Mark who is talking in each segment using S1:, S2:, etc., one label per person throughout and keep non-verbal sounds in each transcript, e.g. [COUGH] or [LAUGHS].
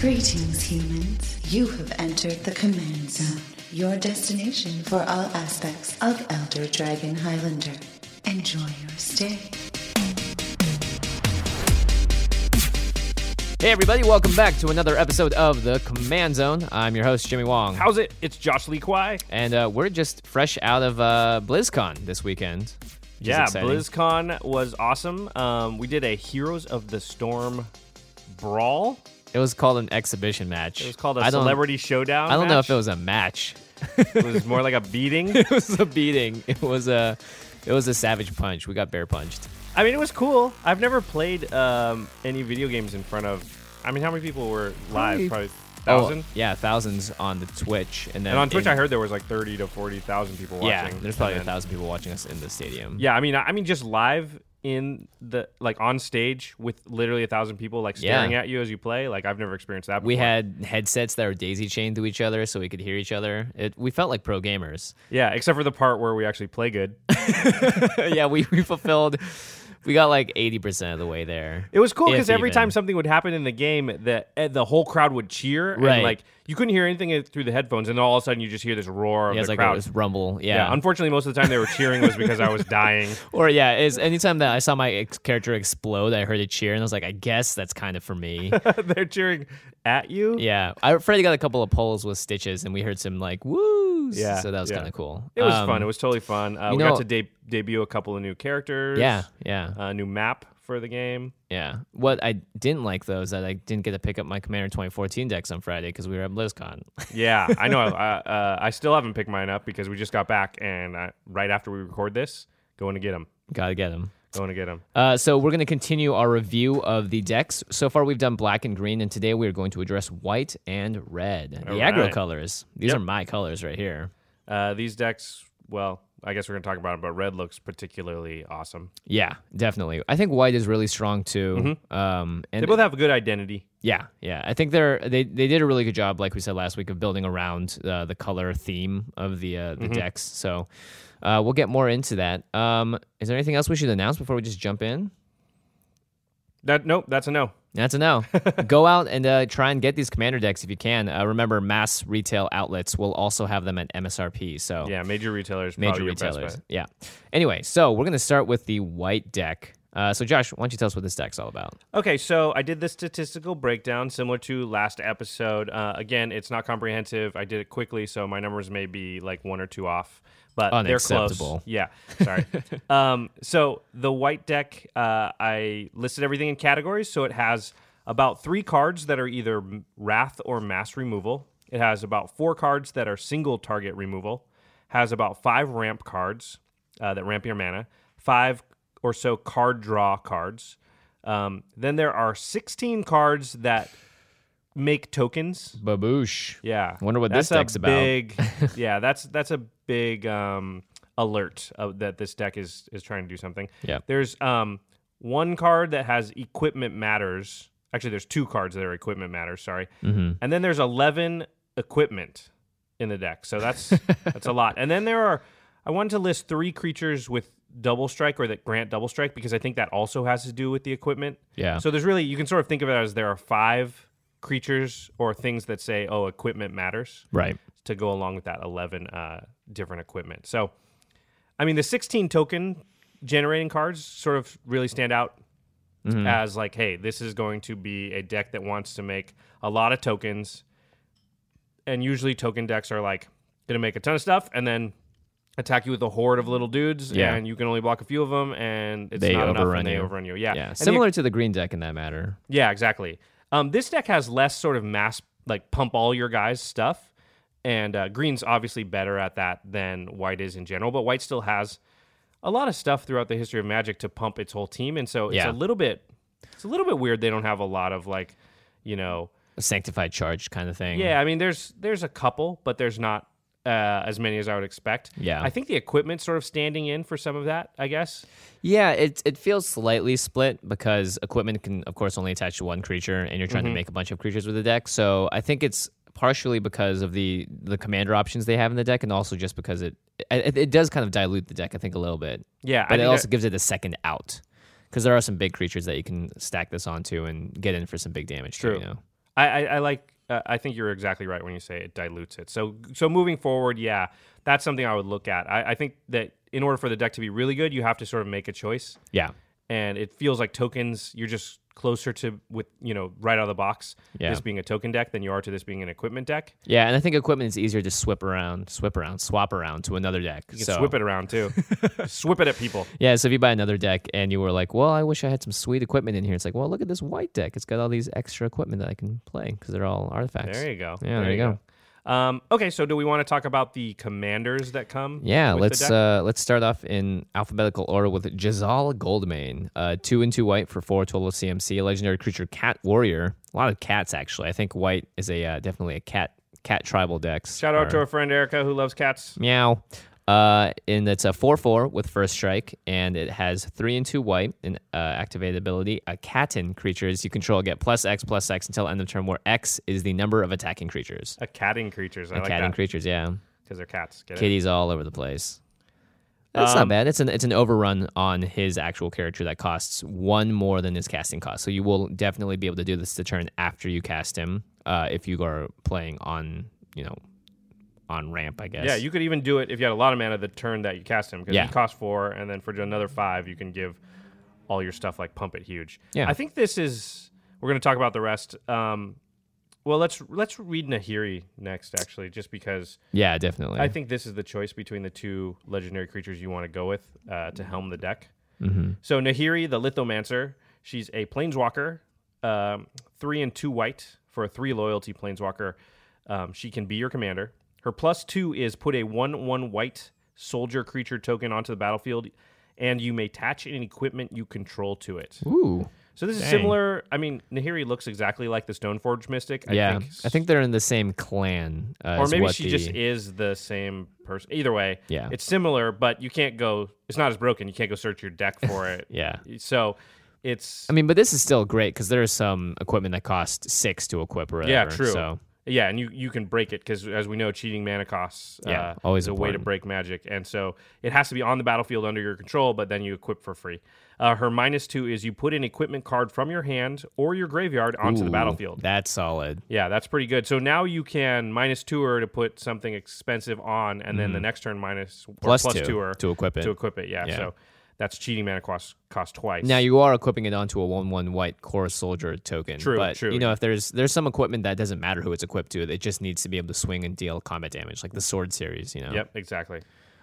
S1: Greetings, humans. You have entered the command zone, your destination for all aspects of Elder Dragon Highlander. Enjoy your stay.
S2: Hey, everybody, welcome back to another episode of The Command Zone. I'm your host, Jimmy Wong.
S3: How's it? It's Josh Lee Kwai.
S2: And uh, we're just fresh out of uh, BlizzCon this weekend. which is
S3: Yeah,
S2: exciting.
S3: BlizzCon was awesome. Um, we did a Heroes of the Storm brawl.
S2: It was called an exhibition match.
S3: It was called a
S2: I don't-
S3: celebrity showdown.
S2: I don't know if
S3: match.
S2: it was a match. [LAUGHS]
S3: [LAUGHS] It was more like a beating.
S2: It was a beating. It was a, it was a savage punch. We got bear punched.
S3: I mean, it was cool. I've never played um, any video games in front of. I mean, how many people were live? Probably thousand.
S2: Oh, yeah, thousands on the Twitch, and then
S3: and on Twitch,
S2: in-
S3: I heard there was like thirty to forty thousand people watching.
S2: Yeah, there's probably a
S3: And then-
S2: thousand people watching us in the stadium.
S3: Yeah, I mean, I I mean, just live in the like on stage with literally a thousand people like
S2: Yeah.
S3: staring at you as you play. Like I've never experienced that. Before.
S2: We had headsets that were daisy chained to each other, so we could hear each other. It, we felt like pro gamers.
S3: Yeah, except for the part where we actually play
S2: [LAUGHS]
S3: good.
S2: yeah, we, we fulfilled. We got like eighty percent of the way there.
S3: It was cool
S2: If
S3: because every
S2: even.
S3: time something would happen in the game, the eh, the whole crowd would cheer.
S2: Right.
S3: And, like you couldn't hear anything eh, through the headphones, and all of a sudden you just hear this roar of
S2: yeah, it's
S3: the
S2: like
S3: crowd.
S2: it was rumble. Yeah,
S3: yeah. Unfortunately, most of the time they were cheering was because I
S2: [LAUGHS]
S3: was dying. [LAUGHS]
S2: or yeah, is anytime that I saw my ex- character explode, I heard a cheer, and I was like, I guess that's kind of for
S3: [LAUGHS]
S2: me.
S3: They're cheering at you.
S2: yeah, I Freddie got a couple of polls with stitches, and we heard some like woos.
S3: Yeah,
S2: so that was
S3: yeah.
S2: kind of cool.
S3: It was
S2: Um,
S3: fun. It was totally fun. Uh,
S2: you
S3: we
S2: know-
S3: got to de- debut a couple of new characters.
S2: Yeah, yeah,
S3: A new map for the game.
S2: yeah. What I didn't like though is that I didn't get to pick up my Commander 2014 decks on Friday because we were at BlizzCon. [LAUGHS]
S3: Yeah, I know. I, uh, I still haven't picked mine up because we just got back, and I, right after we record this, going to get them.
S2: Gotta get them.
S3: Going to get them.
S2: Uh, so we're going to continue our review of the decks. So far, we've done black and green, and today we are going to address white and red, the
S3: All
S2: aggro
S3: right.
S2: colors. These are my colors right here.
S3: Uh, these decks, well, I guess we're gonna talk about it, but red looks particularly awesome.
S2: Yeah, definitely. I think white is really strong too. Um, and
S3: Mm-hmm. They both have a good identity.
S2: yeah, yeah. I think they're they they did a really good job, like we said last week, of building around uh, the color theme of the uh,
S3: Mm-hmm.
S2: the decks. So uh, we'll get more into that. Um, is there anything else we should announce before we just jump in?
S3: That nope, that's a no.
S2: That's a
S3: [LAUGHS]
S2: no. Go out and uh, try and get these commander decks if you can. Uh, remember, mass retail outlets will also have them at MSRP. So
S3: Yeah, major retailers,
S2: Oh. major
S3: probably your best
S2: retailers.
S3: bet.
S2: Yeah. Anyway, so we're gonna start with the white deck. Uh, so Josh, why don't you tell us what this deck's all about?
S3: Okay, so I did this statistical breakdown similar to last episode. Uh, again, it's not comprehensive. I did it quickly, so my numbers may be like one or two off, but they're close.
S2: Unacceptable.
S3: Yeah,
S2: [LAUGHS]
S3: sorry. um, so the white deck, uh, I listed everything in categories. So it has about three cards that are either m- Wrath or Mass removal. It has about four cards that are single target removal. Has about five ramp cards uh, that ramp your mana. Five or so card draw cards. Um, then there are 16 cards that make tokens.
S2: Baboosh.
S3: Yeah.
S2: Wonder what
S3: that's
S2: this deck's
S3: a
S2: about.
S3: Big,
S2: [LAUGHS]
S3: yeah, that's that's a big um, alert of, that this deck is is trying to do something.
S2: Yeah.
S3: There's um, one card that has equipment matters. Actually, there's two cards that are equipment matters. Sorry.
S2: Mm-hmm.
S3: And then there's 11 equipment in the deck. So that's that's a lot. And then there are I wanted to list three creatures with double strike or that grant double strike because I think that also has to do with the equipment.
S2: Yeah.
S3: So there's really you can sort of think of it as there are five creatures or things that say oh equipment matters
S2: Right.
S3: to go along with that 11 uh, different equipment. So, I mean, the 16 token generating cards sort of really stand out
S2: Mm-hmm.
S3: as like, hey, this is going to be a deck that wants to make a lot of tokens. And usually, token decks are like going to make a ton of stuff and then attack you with a horde of little dudes,
S2: Yeah.
S3: and you can only block a few of them, and it's
S2: They
S3: not enough,
S2: overrun
S3: and they
S2: you.
S3: overrun you. Yeah,
S2: Yeah.
S3: And the
S2: Similar to the green deck in that matter.
S3: yeah, exactly. Um, this deck has less sort of mass, like pump all your guys stuff, and uh, green's obviously better at that than white is in general. But white still has a lot of stuff throughout the history of Magic to pump its whole team, and so it's
S2: Yeah.
S3: a little bit, it's a little bit weird. They don't have a lot of like, you know,
S2: A sanctified charge kind of thing.
S3: yeah. I mean, there's there's a couple, but there's not. Uh, as many as I would expect.
S2: Yeah.
S3: I think the equipment sort of standing in for some of that. I guess.
S2: Yeah, it it feels slightly split because equipment can of course only attach to one creature and you're trying
S3: Mm-hmm.
S2: to make a bunch of creatures with the deck. So I think it's partially because of the the commander options they have in the deck and also just because it it, it does kind of dilute the deck I think a little bit.
S3: Yeah, I
S2: But it
S3: think
S2: also
S3: that-
S2: gives it a second out. Cuz there are some big creatures that you can stack this onto and get in for some big damage too, you know.
S3: I, I, I like. Uh, I think you're exactly right when you say it dilutes it. So, so moving forward, yeah, that's something I would look at. I, I think that in order for the deck to be really good, you have to sort of make a choice,
S2: Yeah.
S3: and it feels like tokens. You're just closer to with you know right out of the box
S2: Yeah.
S3: this being a token deck than you are to this being an equipment deck.
S2: Yeah, and I think equipment is easier to swip around, swip around, swap around to another deck.
S3: You can
S2: so,
S3: swip it around too,
S2: [LAUGHS]
S3: swip it at people.
S2: Yeah, so if you buy another deck and you were like, "Well, I wish I had some sweet equipment in here," it's like, "Well, look at this white deck. It's got all these extra equipment that I can play because they're all artifacts."
S3: There you go.
S2: Yeah, there you go.
S3: Um, okay, so do we want to talk about the commanders that come?
S2: Yeah,
S3: with the
S2: let's
S3: deck?
S2: uh, let's start off in alphabetical order with Jazal Goldmane, uh, two and two white for four total of CMC, a legendary creature cat warrior. A lot of cats actually. I think white is a uh, definitely a cat cat tribal decks.
S3: Shout out
S2: are-
S3: to our friend Erica who loves cats.
S2: Meow. Uh, and it's a 4 4 with first strike, and it has 3 and 2 white and uh, activated ability. A Catin creatures you control get plus X plus X until end of turn, where X is the number of attacking creatures.
S3: A catting creatures. I like
S2: Catin
S3: that
S2: creatures, yeah.
S3: because they're cats. Get it?
S2: Kitties all over the place. That's
S3: Um,
S2: not bad. It's an it's an overrun on his actual character that costs one more than his casting cost. So you will definitely be able to do this to turn after you cast him, uh, if you are playing on you know on ramp, I guess.
S3: Yeah, you could even do it if you had a lot of mana the turn that you cast him because
S2: Yeah.
S3: he costs four, and then for another five, you can give all your stuff like pump it huge.
S2: Yeah.
S3: I think this is. We're going to talk about the rest. Um, well, let's let's read Nahiri next, actually, just because
S2: yeah, definitely.
S3: I think this is the choice between the two legendary creatures you want to go with uh, to helm the deck.
S2: Mm-hmm.
S3: So Nahiri, the Lithomancer, she's a planeswalker, um, three and two white for a three loyalty planeswalker. Um, she can be your commander. Her plus two is put a one one white soldier creature token onto the battlefield, and you may attach an equipment you control to it.
S2: Ooh.
S3: So this is similar. I mean, Nahiri looks exactly like the Stoneforge Mystic. I
S2: yeah,
S3: think
S2: I think they're in the same clan. Uh,
S3: or
S2: as
S3: maybe
S2: what
S3: she
S2: the-
S3: just is the same person. Either way,
S2: Yeah.
S3: it's similar, but you can't go. It's not as broken. You can't go search your deck
S2: [LAUGHS]
S3: for it.
S2: Yeah,
S3: So it's
S2: I mean, but this is still great because there is some equipment that costs six to equip or whatever.
S3: yeah, true.
S2: So
S3: Yeah, and you you can break it because as we know, cheating mana costs.
S2: Yeah,
S3: uh,
S2: always
S3: is a way to
S2: important.
S3: break magic, and so it has to be on the battlefield under your control. But then you equip for free. Uh, her minus two is you put an equipment card from your hand or your graveyard onto the
S2: Ooh,
S3: battlefield.
S2: That's solid.
S3: Yeah, that's pretty good. So now you can minus two her to put something expensive on, and then the next turn minus or
S2: Mm-hmm. Plus
S3: plus
S2: two
S3: two her
S2: to equip it.
S3: To equip it, yeah.
S2: Yeah.
S3: So that's cheating mana cost cost twice.
S2: Now you are equipping it onto a one-one white core soldier token.
S3: True,
S2: but,
S3: true.
S2: You know, if there's there's some equipment that doesn't matter who it's equipped to, it just needs to be able to swing and deal combat damage, like the sword series. You know.
S3: Yep, exactly.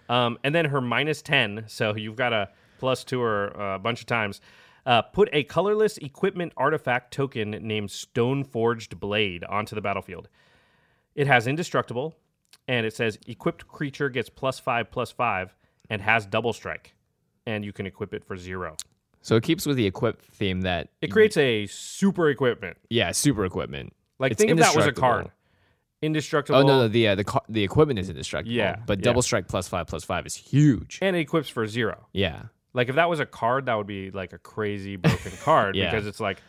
S3: Um, and then her minus ten. So you've got a plus two her uh, a bunch of times. Uh, put a colorless equipment artifact token named Stoneforged Blade onto the battlefield. It has indestructible, and it says equipped creature gets plus five plus five and has double strike, and you can equip it for zero.
S2: So it keeps with the equip theme that
S3: It creates a super equipment.
S2: yeah super equipment.
S3: Like
S2: It's
S3: think of that was a card.
S2: indestructible.
S3: Indestructible.
S2: Oh no, no the uh, the ca- the equipment is indestructible.
S3: Yeah,
S2: but
S3: yeah.
S2: double strike plus five plus five is huge.
S3: And it equips for zero.
S2: Yeah.
S3: Like if that was a card, that would be like a crazy
S2: [LAUGHS]
S3: broken card
S2: Yeah.
S3: because it's like,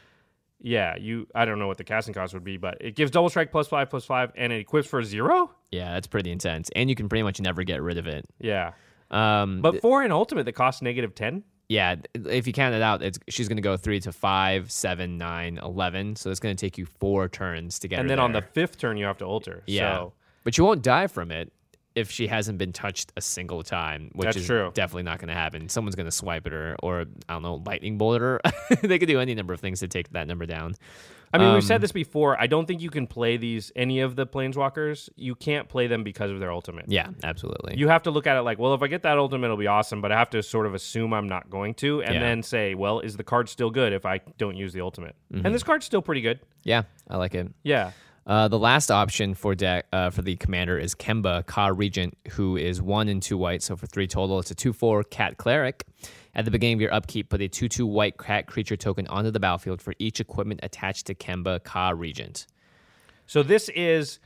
S3: yeah, you. I don't know what the casting cost would be, but it gives double strike plus five plus five, and it equips for zero.
S2: Yeah, that's pretty intense, and you can pretty much never get rid of it.
S3: Yeah,
S2: Um,
S3: but for an ultimate that costs negative ten.
S2: yeah, th- if you count it out, it's she's gonna go three to five, seven, nine, eleven. So it's gonna take you four turns to get.
S3: And
S2: her
S3: then on the
S2: there.
S3: fifth turn, you have to alter.
S2: yeah,
S3: So,
S2: but you won't die from it if she hasn't been touched a single time, which
S3: That's
S2: is
S3: true.
S2: definitely not gonna happen. Someone's gonna swipe at her, or I don't know, lightning bolt at her. [LAUGHS] they could do any number of things to take that number down.
S3: I mean, we've
S2: Um,
S3: said this before. I don't think you can play these any of the planeswalkers. You can't play them because of their ultimate.
S2: Yeah, absolutely.
S3: you have to look at it like, well, if I get that ultimate, it'll be awesome, but I have to sort of assume I'm not going to, and
S2: Yeah.
S3: then say, well, is the card still good if I don't use the ultimate?
S2: Mm-hmm.
S3: And this card's still pretty good.
S2: yeah, I like it.
S3: Yeah.
S2: Uh, the last option for deck uh, for the commander is Kemba Ka Regent, who is one and two white, so for three total, it's a two four cat cleric. At the beginning of your upkeep, put a two two white cat creature token onto the battlefield for each equipment attached to Kemba Ka Regent.
S3: So this is,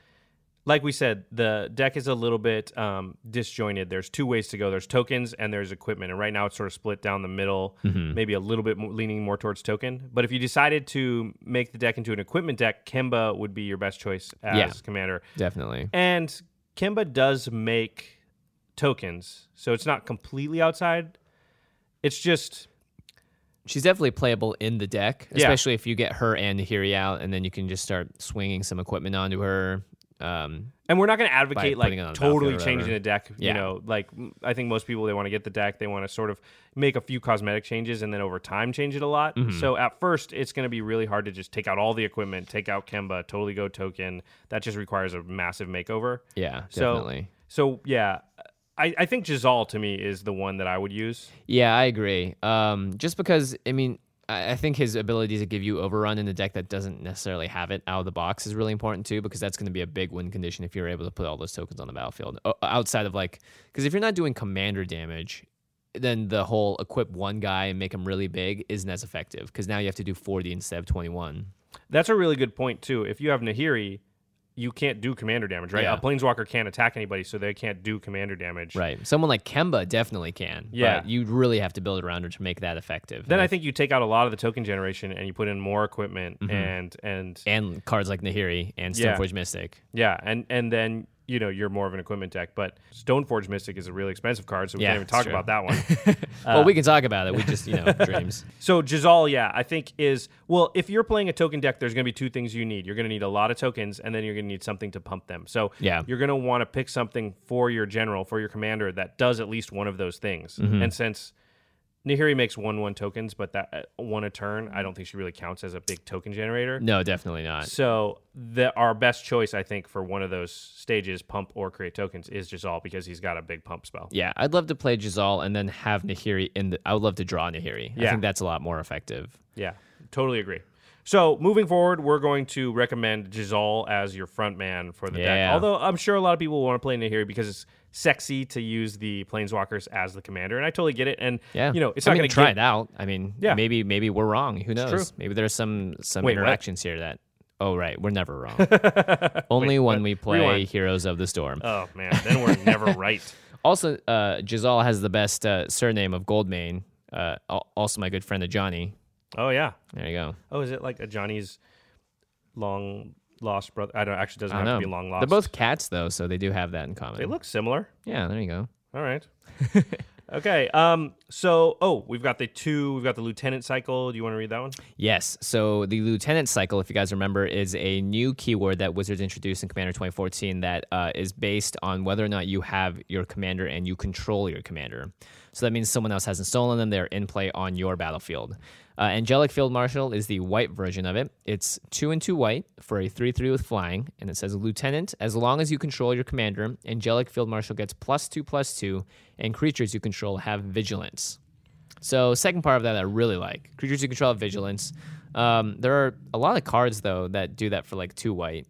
S3: like we said, the deck is a little bit um, disjointed. There's two ways to go. There's tokens and there's equipment, and right now it's sort of split down the middle, maybe a little bit more, leaning more towards token. But if you decided to make the deck into an equipment deck, Kemba would be your best choice as
S2: Yeah.
S3: commander.
S2: Definitely.
S3: And Kimba does make tokens, so it's not completely outside. It's just
S2: she's definitely playable in the deck,
S3: Yeah.
S2: especially if you get her and Nahiri out, and then you can just start swinging some equipment onto her. Um,
S3: And we're not going to advocate
S2: putting it on
S3: like
S2: the
S3: totally
S2: battlefield or
S3: changing
S2: whatever.
S3: the deck. You
S2: Yeah.
S3: know, like m- I think most people they want to get the deck, they want to sort of make a few cosmetic changes and then over time change it a lot.
S2: Mm-hmm.
S3: So at first, it's going to be really hard to just take out all the equipment, take out Kemba, totally go token. That just requires a massive makeover.
S2: yeah,
S3: So-
S2: definitely.
S3: So yeah, I, I think Giselle to me is the one that I would use.
S2: Yeah, I agree. Um, just because, I mean, I, I think his ability to give you overrun in a deck that doesn't necessarily have it out of the box is really important too, because that's going to be a big win condition if you're able to put all those tokens on the battlefield O- outside of like, because if you're not doing commander damage, then the whole equip one guy and make him really big isn't as effective because now you have to do 40 instead of 21.
S3: That's a really good point too. If you have Nahiri, you can't do commander damage, right?
S2: Yeah.
S3: A planeswalker can't attack anybody, so they can't do commander damage.
S2: Right. Someone like Kemba definitely can.
S3: Yeah.
S2: But you really have to build around her to make that effective.
S3: Then
S2: And
S3: I think you take out a lot of the token generation and you put in more equipment
S2: Mm-hmm.
S3: and and
S2: and cards like Nahiri and
S3: Yeah.
S2: Stoneforge Mystic.
S3: yeah and and then you know you're more of an equipment deck. But Stoneforge Mystic is a really expensive card, so we
S2: Yeah,
S3: can't even
S2: it's
S3: talk
S2: true.
S3: about that one.
S2: [LAUGHS] well, we can talk about it. We just, you know, [LAUGHS] dreams.
S3: So Giselle, yeah, I think is well. If you're playing a token deck, there's going to be two things you need. You're going to need a lot of tokens, and then you're going to need something to pump them. So
S2: Yeah.
S3: you're going to want to pick something for your general, for your commander that does at least one of those things.
S2: Mm-hmm.
S3: And since Nahiri makes one-one tokens, but that uh, one a turn, I don't think she really counts as a big token generator.
S2: No, definitely not.
S3: So the our best choice, I think, for one of those stages, pump or create tokens, is Giselle because he's got a big pump spell.
S2: Yeah, I'd love to play Giselle and then have Nahiri in the. I would love to draw Nahiri.
S3: Yeah.
S2: I think that's a lot more effective.
S3: Yeah, totally agree. So moving forward, we're going to recommend Giselle as your front man for the deck.
S2: Yeah.
S3: Although I'm sure a lot of people will want to play Nahiri because it's sexy to use the planeswalkers as the commander, and I totally get it. And
S2: Yeah,
S3: you know, it's
S2: I
S3: not
S2: mean,
S3: going to
S2: try it out. I mean,
S3: Yeah.
S2: maybe maybe we're wrong. Who knows?
S3: true.
S2: Maybe there's some some
S3: Wait, what?
S2: interactions here that. Oh right, we're never
S3: [LAUGHS]
S2: wrong. Only when we play
S3: Rewind.
S2: Heroes of the Storm.
S3: Oh man, then
S2: [LAUGHS]
S3: we're never right.
S2: also, uh, Giselle has the best uh, surname of Goldmane. Uh, al- also, my good friend Johnny.
S3: Oh yeah.
S2: There you go.
S3: Oh, is it like a Johnny's long lost brother? I don't actually doesn't
S2: I
S3: have
S2: don't know.
S3: to be long lost.
S2: They're both cats though, so they do have that in common.
S3: They look similar.
S2: Yeah, there you go.
S3: All right. [LAUGHS] okay. Um. So, oh, we've got the two. We've got the lieutenant cycle. Do you want to read that one?
S2: Yes. So the lieutenant cycle, if you guys remember, is a new keyword that Wizards introduced in Commander 2014 that uh, is based on whether or not you have your commander and you control your commander. So that means someone else hasn't stolen them; they're in play on your battlefield. Uh, Angelic Field Marshal is the white version of it. It's two and two white for a three three with flying, and it says lieutenant. As long as you control your commander, Angelic Field Marshal gets plus two plus two, and creatures you control have vigilance. So second part of that I really like creatures you control have vigilance. Um, there are a lot of cards though that do that for like two white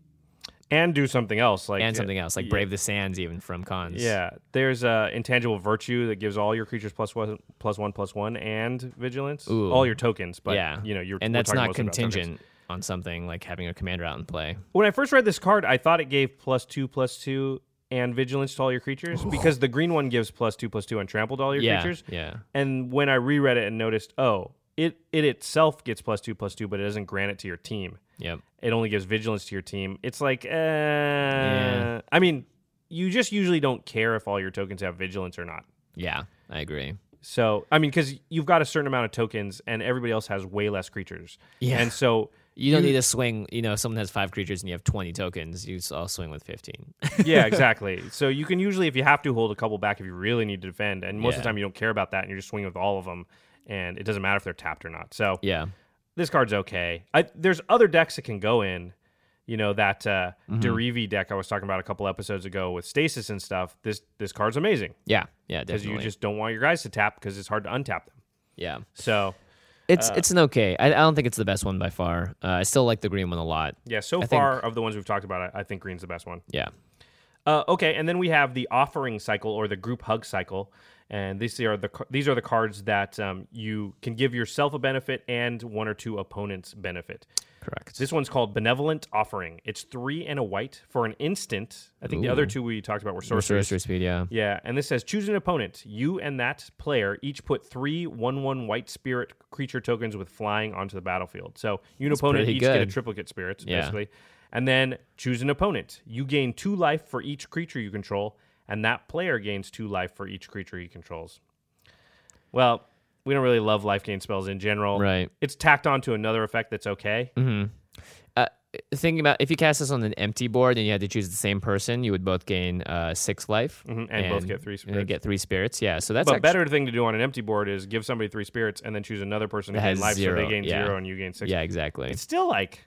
S3: and do something else like
S2: and something else like Brave the Sands even from cons.
S3: yeah there's uh, intangible virtue that gives all your creatures plus one plus one plus one and vigilance all your tokens but
S2: yeah,
S3: you know you're
S2: and
S3: we're
S2: that's
S3: talking
S2: not
S3: mostly about tokens.
S2: contingent on something like having a commander out in play.
S3: when i first read this card i thought it gave plus two plus two and vigilance to all your creatures because the green one gives plus two plus two and trample to all your
S2: Yeah,
S3: creatures
S2: yeah.
S3: and when i reread it and noticed oh it it itself gets plus two plus two but it doesn't grant it to your team
S2: Yep.
S3: it only gives vigilance to your team. It's like, uh, I mean, you just usually don't care if all your tokens have vigilance or not.
S2: Yeah, I agree.
S3: So, I mean, because you've got a certain amount of tokens and everybody else has way less creatures.
S2: Yeah. [LAUGHS]
S3: And so,
S2: You don't need to swing. You know, if someone has five creatures and you have twenty tokens. You all swing with fifteen. [LAUGHS]
S3: yeah, exactly. So, you can usually, if you have to, hold a couple back if you really need to defend. And most of the
S2: Yeah.
S3: time, you don't care about that and you're just swinging with all of them. And it doesn't matter if they're tapped or not. So,
S2: yeah.
S3: this card's okay. I, there's other decks that can go in. You know that uh,
S2: Mm-hmm.
S3: Derivi deck I was talking about a couple episodes ago with Stasis and stuff. This this card's amazing
S2: Yeah. Yeah.
S3: because
S2: Definitely.
S3: you just uh, don't want your guys to tap because it's hard to untap them.
S2: yeah.
S3: So
S2: It's it's an okay. I, I don't think it's the best one by far. Uh, I still like the green one a lot.
S3: yeah, so
S2: I think-
S3: far of the ones we've talked about, I, I think green's the best one.
S2: Yeah.
S3: Uh, okay, and then we have the offering cycle or the group hug cycle, and these are the ca- these are the cards that um, you can give yourself a benefit and one or two opponents benefit.
S2: Correct.
S3: This one's called Benevolent Offering. It's three and a white for an instant. I think the other two we talked about were sorcerers.
S2: Sorcerer speed. Yeah.
S3: Yeah, and this says choose an opponent. You and that player each put three one-one white spirit creature tokens with flying onto the battlefield. So you and opponent
S2: pretty
S3: each get a
S2: good.
S3: triplicate spirits,
S2: Yeah.
S3: basically. And then choose an opponent. You gain two life for each creature you control, and that player gains two life for each creature he controls. Well, we don't really love life gain spells in general.
S2: Right.
S3: It's tacked onto another effect that's okay.
S2: Uh, Thinking about if you cast this on an empty board and you had to choose the same person, you would both gain uh, six life
S3: Mhm, and both get three
S2: And they'd
S3: spirits.
S2: get three spirits. Yeah, so that's
S3: but
S2: actu-
S3: better thing to do on an empty board is give somebody three spirits and then choose another person who
S2: That
S3: gain
S2: has
S3: life, so
S2: zero,
S3: they gain
S2: yeah.
S3: zero and you gain six.
S2: Yeah, exactly.
S3: It's still like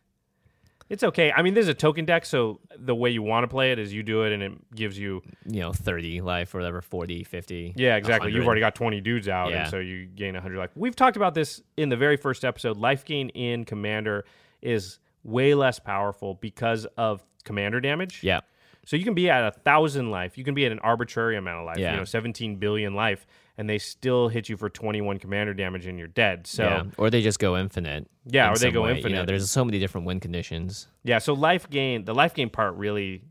S3: it's okay. I mean, there's a token deck, so the way you want to play it is you do it and it gives you
S2: you know, thirty life or whatever, 40, 50.
S3: Yeah, exactly. You've
S2: 100.
S3: already got 20 dudes out,
S2: Yeah.
S3: and so you gain 100 life. We've talked about this in the very first episode. Life gain in Commander is way less powerful because of Commander damage.
S2: Yeah.
S3: So you can be at a thousand life. You can be at an arbitrary amount of life.
S2: Yeah.
S3: You know, 17 billion life, and they still hit you for 21 Commander damage, and you're dead. So
S2: yeah.
S3: yeah,
S2: Or they just go infinite.
S3: Yeah,
S2: in
S3: or they
S2: some
S3: go
S2: way. You know,
S3: infinite.
S2: there's so many different win conditions.
S3: so life gain, the life gain part really,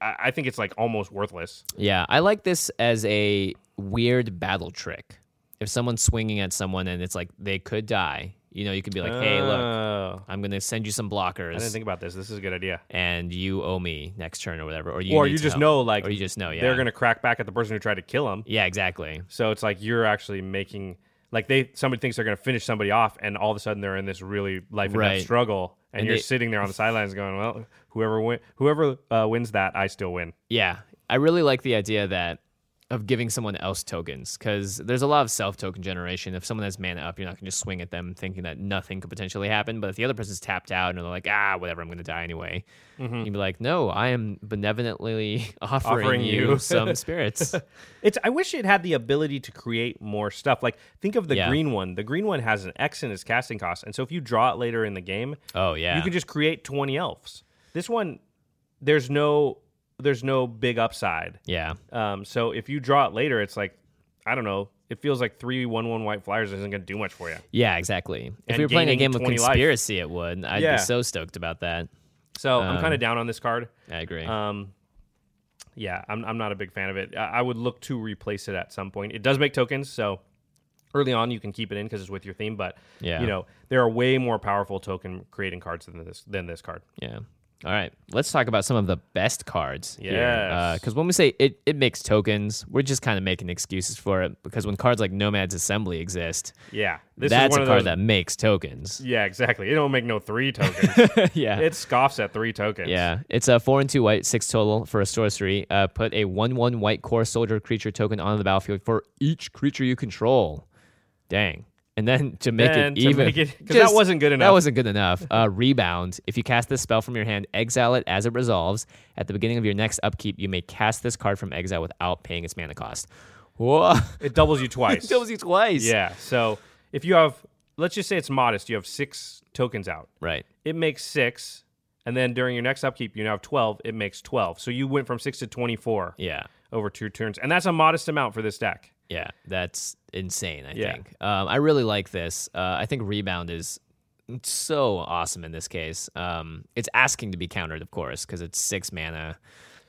S3: I, I think it's like almost worthless.
S2: Yeah, I like this as a weird battle trick. If someone's swinging at someone and it's like they could die, you know, you could be like, "Hey, look,
S3: Oh,
S2: I'm gonna send you some
S3: I didn't
S2: blockers,
S3: think about this. This is a good idea.
S2: and you owe me next turn or whatever." Or you,
S3: or
S2: need
S3: you
S2: to
S3: just
S2: help.
S3: know, like,
S2: or you just know, yeah,
S3: they're gonna crack back at the person who tried to kill them.
S2: yeah, exactly.
S3: So it's like you're actually making like they somebody thinks they're going to finish somebody off, and all of a sudden they're in this really life and
S2: Right.
S3: death struggle, and,
S2: And
S3: you're
S2: they- [LAUGHS]
S3: sitting there on the sidelines going, "Well, whoever win, whoever uh, wins that, I still win."
S2: Yeah, I really like the idea that of giving someone else tokens because there's a lot of self token generation. If someone has mana up, you're not gonna just swing at them thinking that nothing could potentially happen. But if the other person's tapped out and they're like, "Ah, whatever, I'm gonna die anyway," you'd be like, "No, I am benevolently [LAUGHS] offering,
S3: Mm-hmm. Offering
S2: you, [LAUGHS]
S3: you." [LAUGHS]
S2: some spirits."
S3: It's I wish it had the ability to create more stuff. Like think of the
S2: Yeah.
S3: green one. The green one has an X in its casting cost, and so if you draw it later in the game,
S2: Oh yeah,
S3: you can just create twenty elves. This one, there's no there's no big upside.
S2: yeah,
S3: Um, so if you draw it later, it's like, I don't know. It feels like three one one white flyers isn't going to do much for you.
S2: yeah, exactly. If
S3: And
S2: we were playing a
S3: gaining
S2: game of
S3: 20 life.
S2: conspiracy, it would. I'd
S3: Yeah.
S2: be so stoked about that.
S3: So
S2: Um.
S3: I'm kind of down on this card.
S2: I agree.
S3: Um, yeah, I'm, I'm not a big fan of it. I, I would look to replace it at some point. It does make tokens, so early on you can keep it in because it's with your theme. But
S2: Yeah.
S3: you know there are way more powerful token creating cards than this than this card.
S2: Yeah. All right. Let's talk about some of the best cards.
S3: Yes.
S2: Because when we say it, it makes tokens, we're just kind of making excuses for it. Because when cards like Nomad's Assembly exist,
S3: Yeah, this
S2: that's
S3: is one
S2: a
S3: of
S2: card
S3: those.
S2: that makes tokens.
S3: [LAUGHS] Yeah, exactly. It don't make no
S2: [LAUGHS]
S3: three tokens.
S2: yeah.
S3: it scoffs at three tokens.
S2: yeah. It's a four and two white, six total for a sorcery. Uh, put a one one white core soldier creature token onto the battlefield for each creature you control. Dang. And then to make
S3: Then
S2: it
S3: to
S2: even,
S3: make it- 'cause that wasn't good
S2: That
S3: enough.
S2: wasn't good enough. Uh, rebound. If you cast this spell from your hand, exile it as it resolves. At the beginning of your next upkeep, you may cast this card from exile without paying its mana cost. Whoa! [LAUGHS]
S3: it doubles you twice.
S2: it doubles you twice.
S3: Yeah. So if you have, let's just say it's modest, you have six tokens out.
S2: Right.
S3: It makes six. And then during your next upkeep, you now have 12. It makes 12. So you went from six to 24
S2: Yeah.
S3: over two turns. And that's a modest amount for this deck.
S2: Yeah, that's insane. I
S3: Yeah.
S2: think. Um, I really like this. Uh, I think rebound is so awesome in this case. Um, it's asking to be countered, of course, because it's six mana,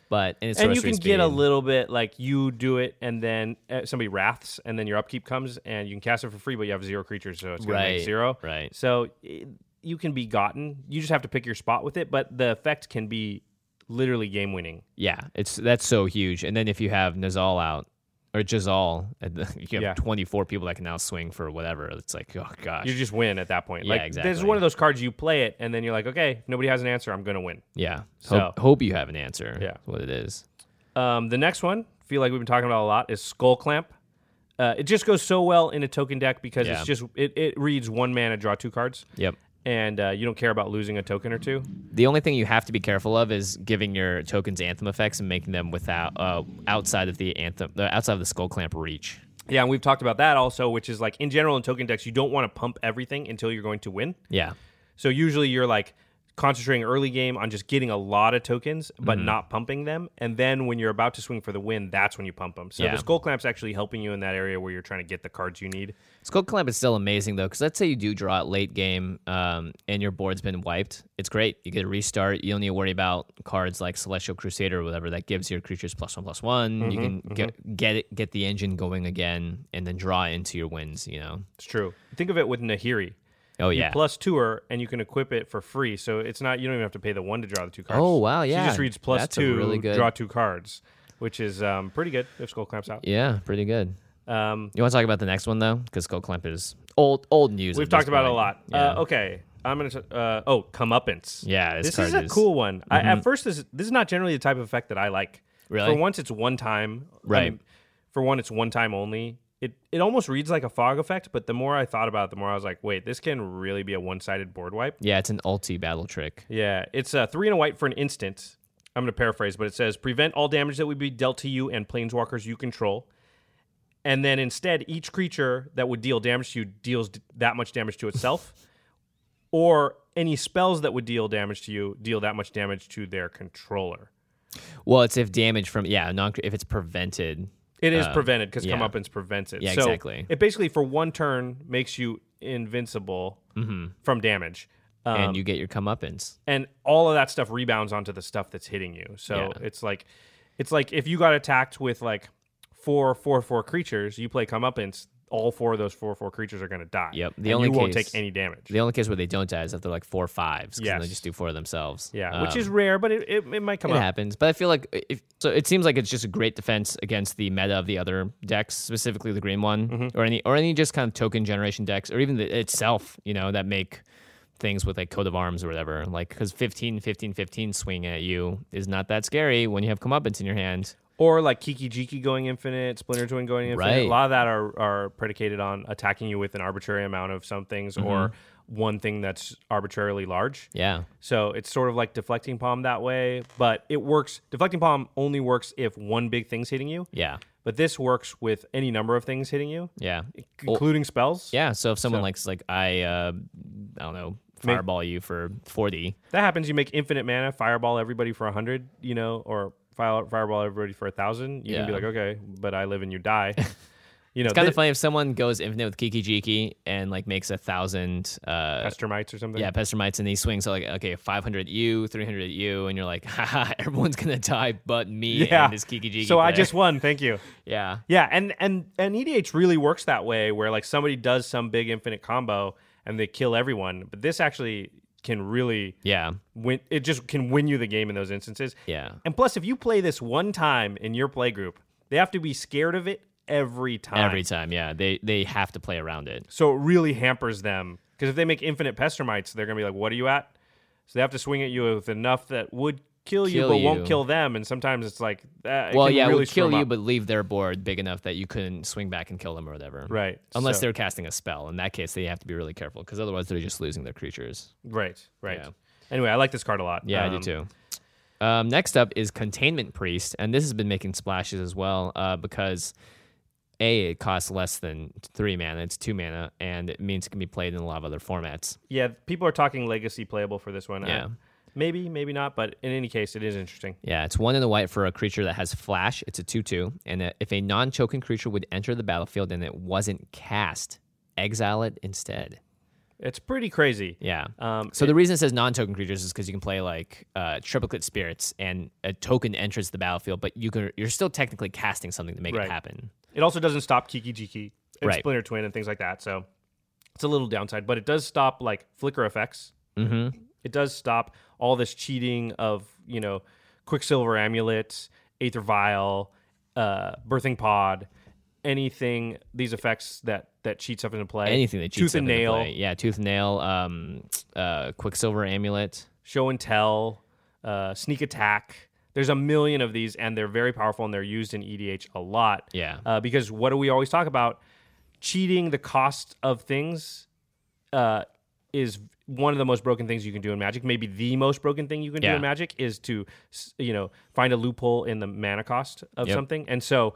S2: but and it's
S3: and you
S2: sorcery
S3: can get a
S2: speed.
S3: little bit like you do it, and then uh, somebody wraths, and then your upkeep comes, and you can cast it for free, but you have zero creatures, so it's going to
S2: Right,
S3: make zero.
S2: right.
S3: So it, you can be gotten. You just have to pick your spot with it, but the effect can be literally game winning.
S2: Yeah, it's that's so huge. And then if you have Nazal out or Jazal, and [LAUGHS] the- you have
S3: Yeah.
S2: 24 people that can now swing for whatever. It's like, oh gosh.
S3: you just win at that point.
S2: Yeah,
S3: like this is
S2: exactly.
S3: one of those cards you play it and then you're like, okay, if nobody has an answer, I'm gonna win.
S2: yeah.
S3: So-
S2: hope, hope you have an answer.
S3: Yeah.
S2: is what it is.
S3: Um, the next one, feel like we've been talking about a lot, is Skull Clamp. Uh, it just goes so well in a token deck because
S2: Yeah.
S3: it's just it, it reads one mana, draw two cards,
S2: Yep.
S3: and uh, you don't care about losing a token or two.
S2: The only thing you have to be careful of is giving your tokens anthem effects and making them without uh, outside of the anthem, uh, outside of the skull clamp reach.
S3: Yeah, and we've talked about that also, which is like in general in token decks, you don't want to pump everything until you're going to win.
S2: Yeah.
S3: So usually you're like concentrating early game on just getting a lot of tokens, but
S2: Mm-hmm.
S3: not pumping them. And then when you're about to swing for the win, that's when you pump them. So
S2: Yeah.
S3: the skull clamp's actually helping you in that area where you're trying to get the cards you need.
S2: Skull Clamp is still amazing though, because let's say you do draw it late game, um, and your board's been wiped. It's great. You get a restart. You don't need to worry about cards like Celestial Crusader or whatever that gives your creatures plus one plus one.
S3: Mm-hmm,
S2: you can get get it, get the engine going again, and then draw into your wins. You know.
S3: It's true. Think of it with Nahiri.
S2: Oh
S3: You
S2: yeah.
S3: plus two her, and you can equip it for free. So it's not you don't even have to pay the one to draw the two cards.
S2: Oh, wow, yeah.
S3: She just reads plus
S2: That's a
S3: two,
S2: really good-
S3: draw two cards, which is um, pretty good if skull clamps out.
S2: yeah, pretty good.
S3: Um,
S2: You want to talk about the next one though, because Skull Clamp is old old news.
S3: we've
S2: at
S3: talked
S2: this
S3: about it a
S2: point.
S3: lot.
S2: Yeah.
S3: Uh, okay, I'm gonna. T- uh, oh, comeuppance.
S2: Yeah, this
S3: this is
S2: card
S3: a
S2: is-
S3: cool one. I, at first, this this is not generally the type of effect that I like.
S2: Really?
S3: For once, it's one time. I
S2: Right.
S3: mean, for one, it's one time only. It it almost reads like a fog effect, but the more I thought about it, the more I was like, wait, this can really be a one sided board wipe.
S2: Yeah, it's an ulti battle trick.
S3: Yeah, it's a three and a white for an instant. I'm going to paraphrase, but it says prevent all damage that would be dealt to you and planeswalkers you control. And then instead, each creature that would deal damage to you deals d- that much damage
S2: [LAUGHS]
S3: to itself, or any spells that would deal damage to you deal that much damage to their controller.
S2: Well, it's if damage from yeah, non if it's prevented.
S3: It is prevented because
S2: Uh, yeah.
S3: come up and's prevented.
S2: Yeah,
S3: so
S2: exactly.
S3: It basically, for one turn, makes you invincible
S2: Mm-hmm.
S3: from damage. Um,
S2: and you get your comeuppance.
S3: and all of that stuff rebounds onto the stuff that's hitting you. So
S2: Yeah.
S3: it's like it's like if you got attacked with like four four four creatures, you play comeuppance, all four of those four four creatures are gonna die.
S2: Yep. The
S3: and
S2: only
S3: you won't
S2: case-
S3: take any damage.
S2: The only case where they don't die is if they're like four fives, because they
S3: Yes.
S2: just do four of themselves.
S3: yeah,
S2: Um,
S3: which is rare, but it, it, it might come
S2: it
S3: up.
S2: happens. But I feel like if so, it seems like it's just a great defense against the meta of the other decks, specifically the green one,
S3: Mm-hmm.
S2: or any or any just kind of token generation decks, or even the, itself. You know that make things with like coat of arms or whatever like because 15 15 15 swing at you is not that scary when you have comeuppance in your hand
S3: Or like Kiki Jiki going infinite, Splinter Twin going infinite.
S2: Right.
S3: A lot of that are, are predicated on attacking you with an arbitrary amount of some things
S2: Mm-hmm.
S3: or one thing that's arbitrarily large.
S2: yeah
S3: So it's sort of like deflecting palm that way, but it works. Deflecting palm only works if one big thing's hitting you.
S2: yeah
S3: But this works with any number of things hitting you,
S2: yeah
S3: including spells.
S2: Yeah. So if someone likes like I, uh, I don't know, fireball you for forty.
S3: That happens. You make infinite mana, fireball everybody for 100, you know, or fire, fireball everybody for 1,000. You can be
S2: Yeah.
S3: like, okay, but I live and you die. You know,
S2: [LAUGHS] It's kind
S3: thi-
S2: of funny if someone goes infinite with Kiki Jiki and like makes a thousand. Uh,
S3: Pester mites or something.
S2: yeah, pester mites and these swings are like okay, five hundred you, three hundred you, and you're like, [LAUGHS] haha, everyone's gonna die but me
S3: [LAUGHS] Yeah.
S2: and this Kiki Jiki.
S3: so I
S2: player."
S3: just won. Thank you.
S2: [LAUGHS] yeah,
S3: Yeah, and and and EDH really works that way, where like somebody does some big infinite combo and they kill everyone. But this actually can really
S2: yeah,
S3: win. It just can win you the game in those instances.
S2: yeah.
S3: And plus, if you play this one time in your play group, they have to be scared of it every time.
S2: Every time, yeah, they they have to play around it.
S3: So it really hampers them because if they make infinite pester mites, they're gonna be like, "What are you at?" So they have to swing at you with enough that would kill you,
S2: Kill
S3: but
S2: you.
S3: won't kill them. And sometimes it's like, that, it
S2: well,
S3: can
S2: yeah,
S3: really
S2: would
S3: screw
S2: kill
S3: 'em
S2: you,
S3: up.
S2: but leave their board big enough that you couldn't swing back and kill them or whatever.
S3: right,
S2: Unless
S3: so-
S2: they're casting a spell, in that case, they have to be really careful because otherwise they're just losing their creatures.
S3: Right, right.
S2: Yeah.
S3: Anyway, I like this card a lot.
S2: Yeah, I do
S3: Um,
S2: too. Um, next up is Containment Priest, and this has been making splashes as well uh, because a it costs less than three mana; it's two mana, and it means it can be played in a lot of other formats.
S3: Yeah, people are talking legacy playable for this one. I-
S2: Yeah.
S3: maybe, maybe not, but in any case, it is interesting.
S2: Yeah, it's one in the white for a creature that has flash. It's a two-two, and uh, if a non-choking creature would enter the battlefield and it wasn't cast, exile it instead.
S3: It's pretty crazy.
S2: Yeah.
S3: Um,
S2: So the reason it says non-token creatures is because you can play like uh, triplicate spirits, and a token enters the battlefield, but you can you're still technically casting something to make
S3: Right.
S2: it happen.
S3: It also doesn't stop Kiki Jiki and
S2: Right.
S3: Splinter Twin and things like that. So it's a little downside, but it does stop like flicker effects.
S2: Mm-hmm.
S3: It does stop all this cheating of, you know, Quicksilver Amulet, Aether Vial, uh, Birthing Pod, anything, these effects that, that cheat stuff into play.
S2: Anything that cheats
S3: Tooth and
S2: up into
S3: Nail,
S2: play. yeah, tooth and nail, um, uh, quicksilver amulet.
S3: show and tell, uh, sneak attack. There's a million of these, and they're very powerful, and they're used in EDH a lot.
S2: Yeah.
S3: Uh, because what do we always talk about? Cheating the cost of things uh, is one of the most broken things you can do in Magic. Maybe the most broken thing you can do
S2: Yeah.
S3: in Magic is to, s- you know, find a loophole in the mana cost of
S2: Yep.
S3: something. And so,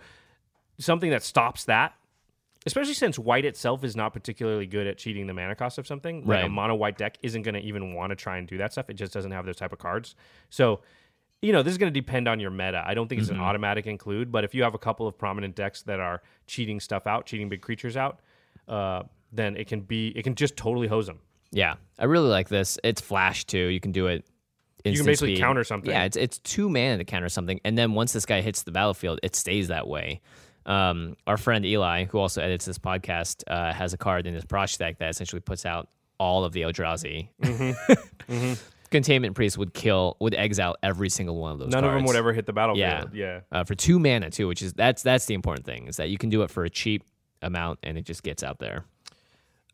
S3: something that stops that. Especially since white itself is not particularly good at cheating the mana cost of something. Like a
S2: Right.
S3: mono white deck isn't going to even want to try and do that stuff. It just doesn't have those type of cards. So, you know, this is going to depend on your meta. I don't think it's an automatic include, but if you have a couple of prominent decks that are cheating stuff out, cheating big creatures out, uh, then it can be it can just totally hose them.
S2: Yeah, I really like this. It's flash too. You can do it.
S3: can
S2: instant
S3: basically
S2: speed.
S3: counter something.
S2: Yeah, it's it's two mana to counter something, and then once this guy hits the battlefield, it stays that way. Um, our friend Eli, who also edits this podcast, uh,
S3: Mm-hmm.
S2: [LAUGHS] has a card in his project deck that essentially puts out all of the Eldrazi. Containment Priest would kill, would exile every single one of those.
S3: None of them
S2: cards.
S3: would ever hit the
S2: Yeah,
S3: battlefield. Yeah.
S2: Uh, for two mana too, which is that's that's the important thing is that you can do it for a cheap amount and it just gets out there.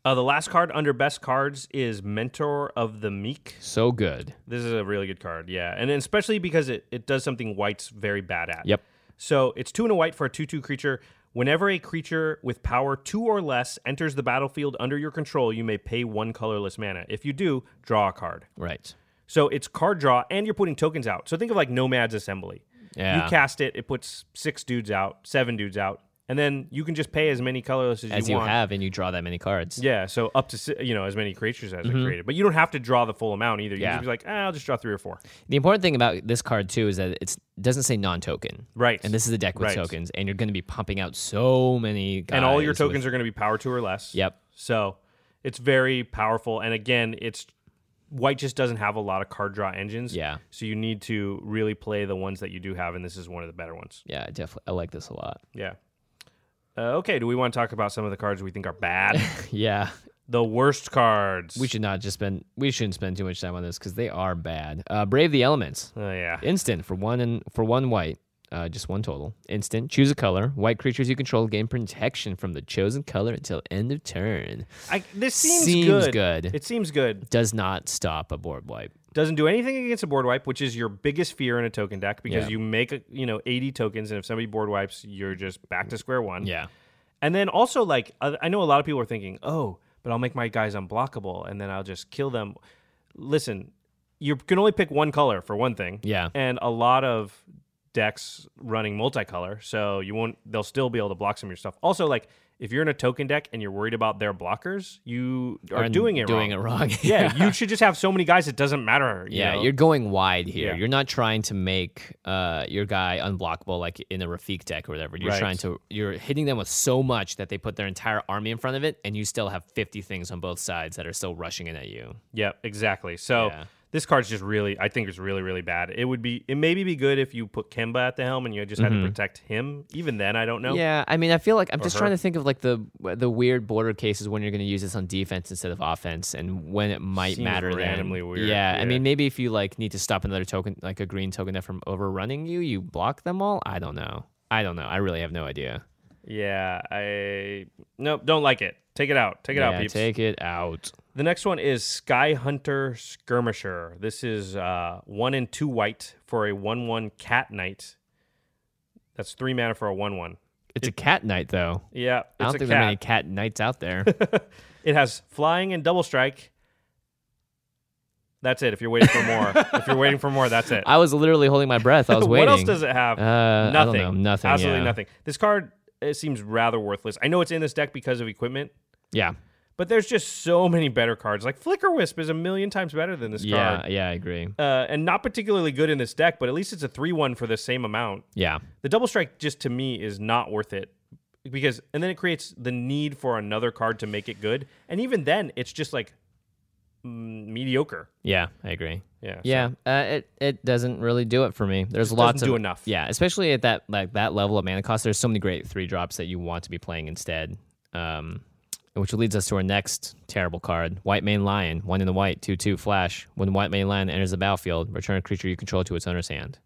S3: Uh, the last card under best cards is Mentor of the Meek.
S2: So good.
S3: This is a really good card, yeah. And then especially because it, it does something white's very bad at.
S2: Yep.
S3: So it's two and a white for a 2 2 creature. Whenever a creature with power two or less enters the battlefield under your control, you may pay one colorless mana. If you do, draw a card.
S2: Right.
S3: So it's card draw, and you're putting tokens out. So think of like Nomad's Assembly.
S2: Yeah.
S3: You cast it, it puts six dudes out, seven dudes out, and then you can just pay as many colorless as,
S2: As
S3: you
S2: you
S3: want.
S2: have and you draw that many cards.
S3: Yeah, so up to si- you know as many creatures as are created, but you don't have to draw the full amount either. You can
S2: Mm-hmm. Yeah.
S3: just be like, ah, I'll just draw three or four.
S2: The important thing about this card too is that it doesn't say non-token.
S3: Right.
S2: And this is a deck with
S3: Right.
S2: tokens, and you're going to be pumping out so many. Guys
S3: and all your
S2: with-
S3: tokens are going to be power two or less.
S2: Yep.
S3: So it's very powerful. And again, it's white just doesn't have a lot of card draw engines.
S2: Yeah.
S3: So you need to really play the ones that you do have, and this is one of the better ones.
S2: Yeah, definitely. I like this a lot. [LAUGHS]
S3: Yeah. Uh, okay. Do we want to talk about some of the cards we think
S2: [LAUGHS]
S3: are bad?
S2: Yeah,
S3: the worst cards.
S2: we should not just spend. We shouldn't spend too much time on this because they are bad. Uh, Brave the Elements,
S3: Oh yeah.
S2: instant for one and for one white, uh, just one total. Instant. Choose a color. White creatures you control gain protection from the chosen color until end of turn.
S3: I, this seems,
S2: Seems
S3: good.
S2: good.
S3: It seems good.
S2: Does not stop a board wipe.
S3: doesn't do anything against a board wipe, which is your biggest fear in a token deck because
S2: Yeah.
S3: you make a, you know 80 tokens, and if somebody board wipes, you're just back to square one.
S2: Yeah.
S3: and then also like I I know a lot of people are thinking, oh, but I'll make my guys unblockable, and then I'll just kill them. Listen, you can only pick one color for one thing.
S2: Yeah.
S3: and a lot of decks running multicolor, so you won't. They'll still be able to block some of your stuff. Also, like. If you're in a token deck and you're worried about their blockers, you are
S2: And
S3: doing it
S2: doing
S3: wrong.
S2: it wrong. [LAUGHS]
S3: Yeah, you should just have so many guys. It doesn't matter. you
S2: Yeah,
S3: know?
S2: you're going wide here.
S3: Yeah.
S2: You're not trying to make uh, your guy unblockable like in a Rafik deck or whatever. You're
S3: Right.
S2: trying to you're hitting them with so much that they put their entire army in front of it, and you still have 50 things on both sides that are still rushing in at you.
S3: Yeah, exactly. So
S2: Yeah.
S3: this card's just really, I think it's really, really bad. It would be, it maybe be good if you put Kemba at the helm and you just
S2: Mm-hmm.
S3: had to protect him. Even then, I don't know.
S2: Yeah, I mean, I feel like I'm just
S3: her.
S2: trying to think of like the the weird border cases when you're going to use this on defense instead of offense, and when it might
S3: Seems
S2: matter. then.
S3: randomly weird,
S2: Yeah,
S3: yeah.
S2: I mean, maybe if you like need to stop another token, like a green token, that from overrunning you, you block them all. I don't know. I don't know. I really have no idea.
S3: Yeah, I nope, don't like it. Take it out. Take it out,
S2: Yeah,
S3: peeps.
S2: take it out.
S3: the next one is Sky Hunter Skirmisher. This is uh, one and two white for a one-one cat knight. That's three mana for a one-one.
S2: It's a cat night though.
S3: Yeah, it's
S2: I don't
S3: a
S2: think
S3: cat.
S2: there are many cat nights out
S3: [LAUGHS]
S2: there.
S3: It has flying and double strike. That's it. If you're waiting for
S2: [LAUGHS]
S3: more, if you're waiting for more, that's it.
S2: I was literally holding my breath. I was waiting.
S3: [LAUGHS] what else does it have?
S2: Uh, I don't
S3: nothing.
S2: know. Nothing,
S3: Absolutely
S2: yeah.
S3: nothing. This card it seems rather worthless. I know it's in this deck because of equipment,
S2: Yeah,
S3: but there's just so many better cards. Like Flicker Wisp is a million times better than this
S2: yeah,
S3: card.
S2: yeah. I agree.
S3: Uh, and not particularly good in this deck, but at least it's a 3 1 for the same amount.
S2: Yeah,
S3: The double strike just to me is not worth it because, and then it creates the need for another card to make it good. And even then, it's just like mm, mediocre.
S2: yeah. I agree.
S3: Yeah.
S2: Yeah, uh, it it doesn't really do it for me. There's lots
S3: do
S2: of
S3: enough.
S2: Yeah, especially at that like that level of mana cost. There's so many great three drops that you want to be playing instead. Um, which leads us to our next terrible card: White Mane Lion, one in the white, two two flash. When White Mane Lion enters the battlefield, return a creature you control to its owner's hand.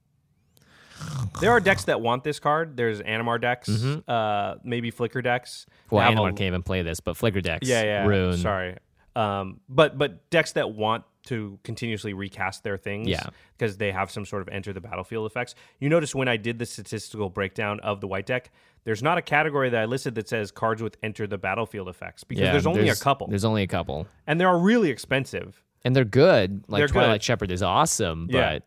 S3: There are decks that want this card. There's Animar decks, uh, maybe Flicker decks. that
S2: Mm-hmm. Well,
S3: have a-
S2: Animar can't even play this, but Flicker decks,
S3: Yeah, yeah.
S2: Rune,
S3: Sorry. Um, but but decks that want to continuously recast their things
S2: Yeah.
S3: because they have some sort of enter the battlefield effects. You notice when I did the statistical breakdown of the white deck, there's not a category that I listed that says cards with enter the battlefield effects because
S2: Yeah,
S3: there's only a couple.
S2: There's only a couple,
S3: And they are really expensive.
S2: and they're good. Like
S3: They're good.
S2: Twilight Shepherd is awesome, but
S3: Yeah.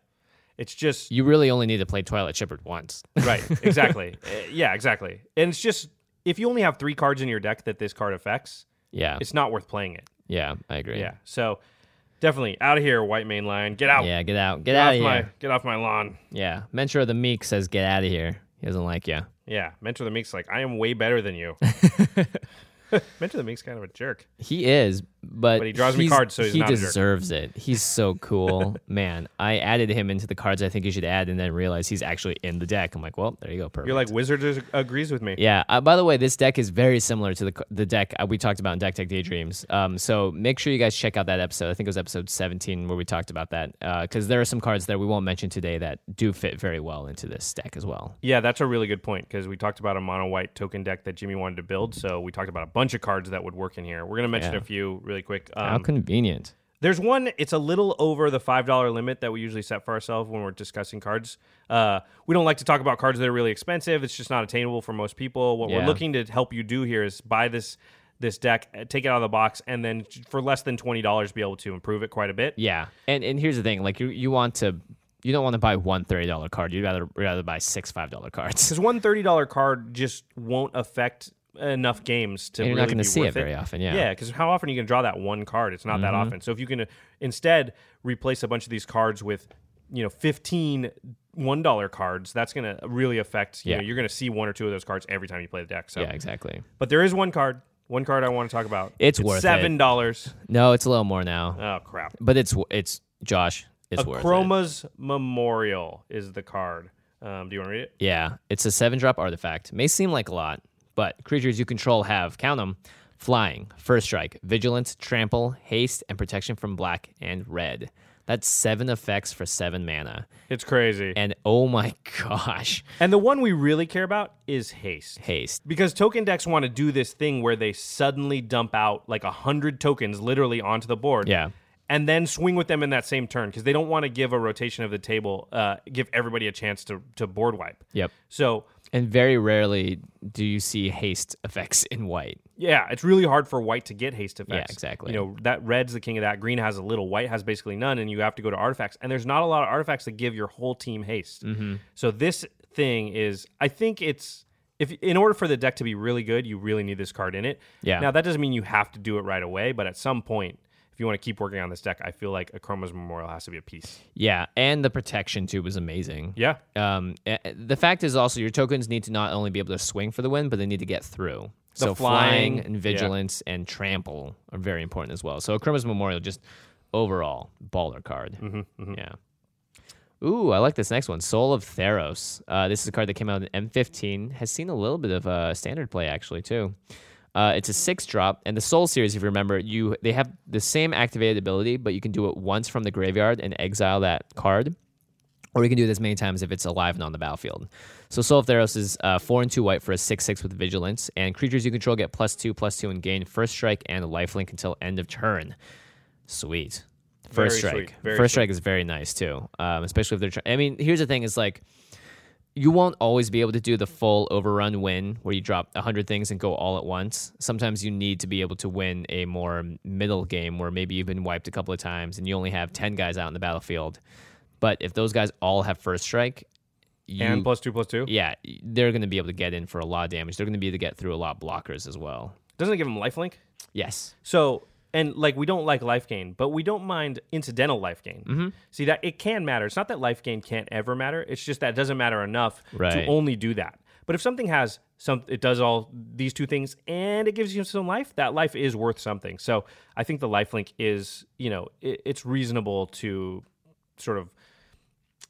S3: It's just
S2: you really only need to play Twilight Shepherd once. [LAUGHS]
S3: Right, exactly. [LAUGHS] Uh, yeah, exactly. And it's just if you only have three cards in your deck that this card affects,
S2: yeah,
S3: it's not worth playing it.
S2: yeah, I agree.
S3: Yeah. So definitely out of here, white main lion. Get out.
S2: Yeah, get out. Get,
S3: Get
S2: out
S3: off
S2: of here.
S3: my get off my lawn.
S2: Yeah. Mentor of the Meek says, get out of here. He doesn't like you.
S3: Yeah.
S2: [LAUGHS]
S3: Mentor [LAUGHS] the Meek's like, I am way better than you. Mentor the Meek's kind of a jerk.
S2: He is, but,
S3: But he draws me
S2: he's-
S3: cards, so he's
S2: he
S3: not a jerk.
S2: deserves it. He's
S3: [LAUGHS]
S2: so cool, man. I added him into the cards I think you should add, and then realized he's actually in the deck. I'm like, well, there you go, perfect.
S3: You're like Wizard is- agrees with me.
S2: yeah. Uh, by the way, this deck is very similar to the c- the deck uh, we talked about in Deck Tech Daydreams. Um, so make sure you guys check out that episode. I think it was episode 17 where we talked about that because there are some cards that we won't mention today that do fit very well into this deck as well.
S3: Yeah, that's a really good point because we talked about a mono white token deck that Jimmy wanted to build. So we talked about a bunch of cards that would work in here. We're gonna mention
S2: Yeah.
S3: a few really quick.
S2: How
S3: Um,
S2: convenient.
S3: There's one. It's a little over the five dollar limit that we usually set for ourselves when we're discussing cards. Uh, we don't like to talk about cards that are really expensive. It's just not attainable for most people. What
S2: Yeah.
S3: we're looking to help you do here is buy this this deck, uh, take it out of the box, and then for less than twenty dollars, be able to improve it quite a bit.
S2: Yeah, and and here's the thing: like you you want to you don't want to buy one thirty dollar card. You'd rather rather buy six five dollar cards.
S3: Because one thirty dollar card just won't affect enough games to
S2: [LAUGHS] And you're
S3: really
S2: not going
S3: be
S2: to see
S3: worth
S2: it very often. Yeah. Mm-hmm.
S3: Yeah, because how often are you going to draw that one card? It's not that often. So if you can uh, instead replace a bunch of these cards with, you know, 15 $1 cards, that's going to really affect, you
S2: Yeah.
S3: know, you're going to see one or two of those cards every time you play the deck. So,
S2: Yeah, exactly.
S3: but there is one card, one card I want to talk about.
S2: It's worth it.
S3: $7.
S2: No, it's a little more now,
S3: Oh, crap.
S2: but it's w- it's Josh. It's worth it.
S3: Chroma's Memorial is the card. Um, do you want to read it?
S2: Yeah, it's a seven drop artifact. May seem like a lot, but creatures you control have count them: flying, first strike, vigilance, trample, haste, and protection from black and red. That's seven effects for seven mana.
S3: It's crazy. And,
S2: And oh my [LAUGHS] gosh,
S3: the one we really care about is Haste.
S2: haste.
S3: Because token decks want to do this thing where they suddenly dump out like a hundred tokens literally onto the board.
S2: Yeah.
S3: And then swing with them in that same turn because they don't want to give a rotation of the table, uh, give everybody a chance to to board wipe.
S2: Yep.
S3: So
S2: And very rarely do you see haste effects in white.
S3: yeah, it's really hard for white to get haste effects.
S2: exactly.
S3: You know that red's the king of that. Green has a little. White has basically none, and you have to go to artifacts. And there's not a lot of artifacts that give your whole team haste.
S2: Mm-hmm.
S3: So this thing is, I think it's if in order for the deck to be really good, you really need this card in it.
S2: Yeah.
S3: Now that doesn't mean you have to do it right away, but at some point, if you want to keep working on this deck, I feel like a Chroma's Memorial has to be a piece.
S2: Yeah, and the protection too was amazing.
S3: Yeah.
S2: Um, eh, the fact is also your tokens need to not only be able to swing for the win, but they need to get through. so flying,
S3: flying,
S2: and
S3: yeah.
S2: vigilance and trample are very important as well. So Akroma's Memorial just overall baller card. Yeah. Ooh, I like this next one. Soul of Theros. Uh, this is a card that came out in M15. Has seen a little bit of uh, standard play actually too. Uh, it's a six drop, and the Soul series, if you remember, you they have the same activated ability, but you can do it once from the graveyard and exile that card or you can do it as many times if it's alive and on the battlefield. So Soul of Theros is uh, four and two white for a six six with vigilance, and creatures you control get plus two plus two and gain first strike and a lifelink until end of turn. Sweet. First
S3: Very
S2: strike.
S3: sweet, very
S2: first strike is very nice too, um, especially if they're. Try- I mean, here's the thing: is like you won't always be able to do the full overrun win where you drop 100 things and go all at once. Sometimes you need to be able to win a more middle game where maybe you've been wiped a couple of times and you only have 10 guys out in the battlefield. But if those guys all have first strike, you,
S3: and plus two plus two
S2: yeah, they're going to be able to get in for a lot of damage. They're going to be able to get through a lot of blockers as well.
S3: doesn't it give him lifelink.
S2: Yes.
S3: So and like we don't like life gain, but we don't mind incidental life gain.
S2: Mm-hmm.
S3: See that it can matter. It's not that life gain can't ever matter. It's just that it doesn't matter enough to
S2: Right.
S3: only do that. But if something has some, it does all these two things, and it gives you some life. That life is worth something. So I think the life link is, you know, it, it's reasonable to sort of